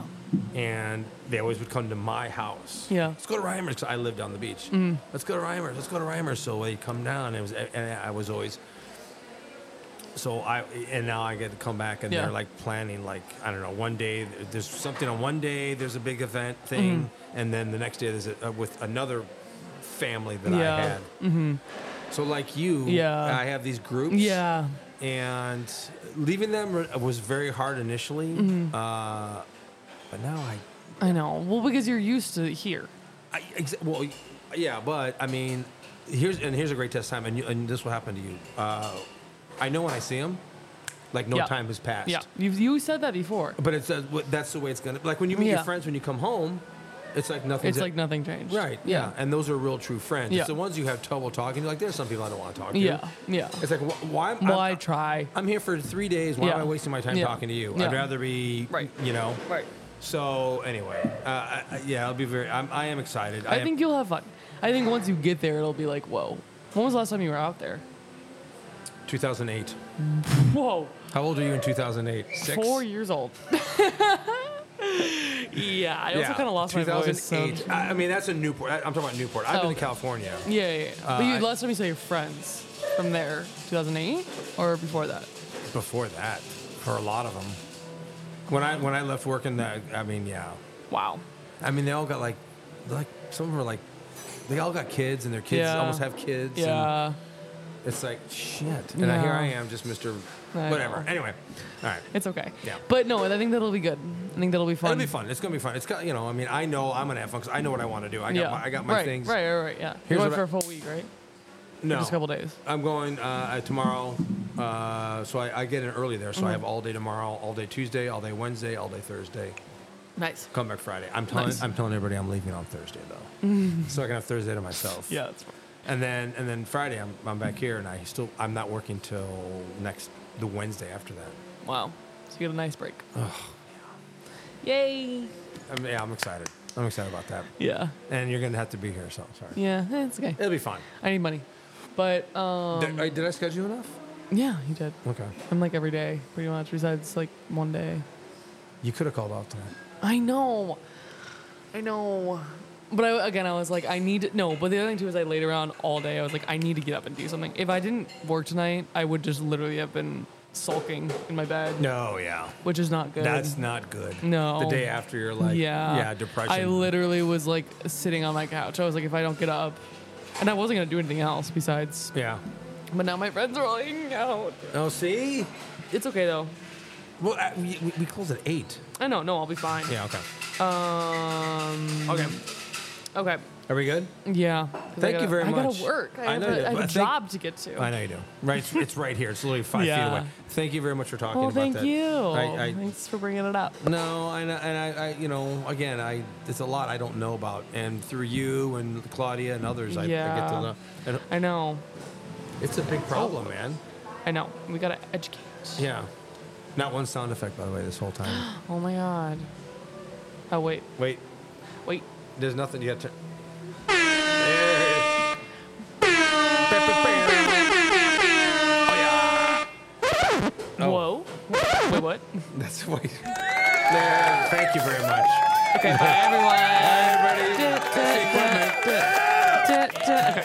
Speaker 1: And they always would come to my house.
Speaker 6: Yeah. Mm-hmm.
Speaker 1: Let's go to Reimers 'cause I lived on the beach. Let's go to Reimers. Let's go to Reimers. So they come down. And it was and I was always. So I and now I get to come back and
Speaker 6: Yeah.
Speaker 1: they're like planning like I don't know one day there's something on one day there's a big event thing
Speaker 6: Mm-hmm.
Speaker 1: and then the next day there's a, with another family that I
Speaker 6: Yeah. Mm-hmm.
Speaker 1: had. So like you,
Speaker 6: Yeah.
Speaker 1: I have these groups.
Speaker 6: Yeah.
Speaker 1: And leaving them re- uh, was very hard initially,
Speaker 6: Mm-hmm.
Speaker 1: uh, but now I,
Speaker 6: I know. Well, because you're used to here.
Speaker 1: I ex- well, yeah. But I mean, here's and here's a great test time, and, you, and this will happen to you. Uh, I know when I see them, like no
Speaker 6: Yeah.
Speaker 1: time has passed.
Speaker 6: Yeah. You you said that before.
Speaker 1: But it's uh, what- that's the way it's gonna. Like when you meet your
Speaker 6: Yeah.
Speaker 1: friends when you come home, it's like nothing.
Speaker 6: It's like nothing changed.
Speaker 1: Right. Yeah. And those are real true friends.
Speaker 6: Yeah.
Speaker 1: It's the ones you have trouble talking. to. Like there's some people I don't want to talk to.
Speaker 6: Yeah. Yeah.
Speaker 1: It's like wh- why? am-
Speaker 6: Well,
Speaker 1: I'm-
Speaker 6: I try.
Speaker 1: I'm here for three days. Why am
Speaker 6: Yeah.
Speaker 1: I wasting my time
Speaker 6: Yeah.
Speaker 1: talking to you?
Speaker 6: Yeah.
Speaker 1: I'd rather be,
Speaker 6: Right.
Speaker 1: you know.
Speaker 6: Right.
Speaker 1: So anyway, uh, I, I- yeah, I'll be very. I'm, I am excited.
Speaker 6: I
Speaker 1: am-
Speaker 6: think you'll have fun. I think once you get there, it'll be like, whoa. When was the last time you were out there?
Speaker 1: 2008.
Speaker 6: Whoa.
Speaker 1: How old are you in 2008? Six.
Speaker 6: Four years old. <laughs> yeah, I also
Speaker 1: Yeah,
Speaker 6: kind of lost my voice. um, So. Yeah,
Speaker 1: 2008. I, I mean, that's a Newport. I, I'm talking about Newport. I've
Speaker 6: Oh,
Speaker 1: been to
Speaker 6: okay.
Speaker 1: California.
Speaker 6: yeah. yeah.
Speaker 1: Uh,
Speaker 6: but you,
Speaker 1: I-
Speaker 6: last time you saw your friends from there, 2008 or before that?
Speaker 1: Before that, for a lot of them. When I when I left work in that, I mean, yeah.
Speaker 6: Wow.
Speaker 1: I mean, they all got like, like some of them are like, they all got kids, and their kids
Speaker 6: Yeah.
Speaker 1: almost have kids. and-
Speaker 6: Yeah.
Speaker 1: It's like shit, and I here
Speaker 6: Yeah.
Speaker 1: I am, just Mister
Speaker 6: I
Speaker 1: whatever.
Speaker 6: know.
Speaker 1: Anyway, all right,
Speaker 6: It's okay.
Speaker 1: Yeah.
Speaker 6: But no, I think that'll be good. I think that'll be fun.
Speaker 1: it'll be fun. It's gonna be fun. It's got you know, I mean, I know I'm gonna have fun because I know what I want to do. I got my, I got my
Speaker 6: right,
Speaker 1: things.
Speaker 6: Right, right, right. Yeah.
Speaker 1: Here's
Speaker 6: you went
Speaker 1: what
Speaker 6: for
Speaker 1: I-
Speaker 6: a full week, right?
Speaker 1: No,
Speaker 6: Just a couple days.
Speaker 1: I'm going uh, tomorrow, uh, so I, I get in early there. So
Speaker 6: Mm-hmm.
Speaker 1: I have all day tomorrow, all day Tuesday, all day Wednesday, all day Thursday.
Speaker 6: Nice.
Speaker 1: Come back Friday. I'm telling
Speaker 6: Nice.
Speaker 1: I'm telling everybody I'm leaving on Thursday though,
Speaker 6: <laughs>
Speaker 1: so I can have Thursday to myself.
Speaker 6: Yeah, that's fun.
Speaker 1: And then and then Friday I'm, I'm back here and I still I'm not working till next the Wednesday after that.
Speaker 6: Wow. So you get a nice break. Yay.
Speaker 1: I mean, yeah, I'm excited. I'm excited about that.
Speaker 6: Yeah.
Speaker 1: And you're going to have to be here, so sorry.
Speaker 6: Yeah, eh, it's okay.
Speaker 1: It'll be fine.
Speaker 6: I need money. But, um,
Speaker 1: did, I- did I schedule you enough?
Speaker 6: yeah, you did.
Speaker 1: Okay.
Speaker 6: I'm like every day, pretty much, besides like one day.
Speaker 1: You could have called off tonight.
Speaker 6: I know. I know. But I, again, I was like, I need no. But the other thing too is, I laid around all day. I was like, I need to get up and do something. If I didn't work tonight, I would just literally have been sulking in my bed,
Speaker 1: No, yeah.
Speaker 6: which is not good.
Speaker 1: That's not good.
Speaker 6: No.
Speaker 1: The day after you're like,
Speaker 6: yeah,
Speaker 1: yeah depression.
Speaker 6: I literally was like sitting on my couch. I was like, if I don't get up, and I wasn't gonna do anything else besides.
Speaker 1: yeah.
Speaker 6: But now my friends are all hanging out.
Speaker 1: Oh, see?
Speaker 6: It's okay though.
Speaker 1: Well, uh, we, we- we close at 8.
Speaker 6: I know. No, I'll be fine.
Speaker 1: Yeah, okay.
Speaker 6: Um.
Speaker 1: Okay.
Speaker 6: Okay.
Speaker 1: Mm. Are we good?
Speaker 6: Yeah. 'Cause I
Speaker 1: Thank you
Speaker 6: gotta-
Speaker 1: very
Speaker 6: I
Speaker 1: much.
Speaker 6: gotta work. I,
Speaker 1: I
Speaker 6: have,
Speaker 1: know
Speaker 6: a,
Speaker 1: you do,
Speaker 6: I have
Speaker 1: but
Speaker 6: a
Speaker 1: I think-
Speaker 6: job to get to.
Speaker 1: I know you do. Right, it's- it's right here. It's literally five
Speaker 6: Yeah.
Speaker 1: feet away. Thank you very much for talking
Speaker 6: Well,
Speaker 1: about
Speaker 6: thank
Speaker 1: that.
Speaker 6: you.
Speaker 1: I, I,
Speaker 6: Thanks for bringing it up.
Speaker 1: No, and I, and I, I, you know, again, I it's a lot I don't know about, and through you and Claudia and others, I, I get
Speaker 6: Yeah.
Speaker 1: to know. And
Speaker 6: I know.
Speaker 1: it's a big problem, man.
Speaker 6: I know. We gotta educate.
Speaker 1: Yeah. Not one sound effect, by the way, this whole
Speaker 6: <gasps>
Speaker 1: time.
Speaker 6: Oh my god. Oh wait,
Speaker 1: Wait,
Speaker 6: wait.
Speaker 1: there's nothing you have to. Oh.
Speaker 6: Whoa. Wait, <laughs> what?
Speaker 1: That's why. There, thank you very much.
Speaker 6: Okay, bye everyone.
Speaker 1: Everybody,
Speaker 6: Da, da, da, da, da. Okay.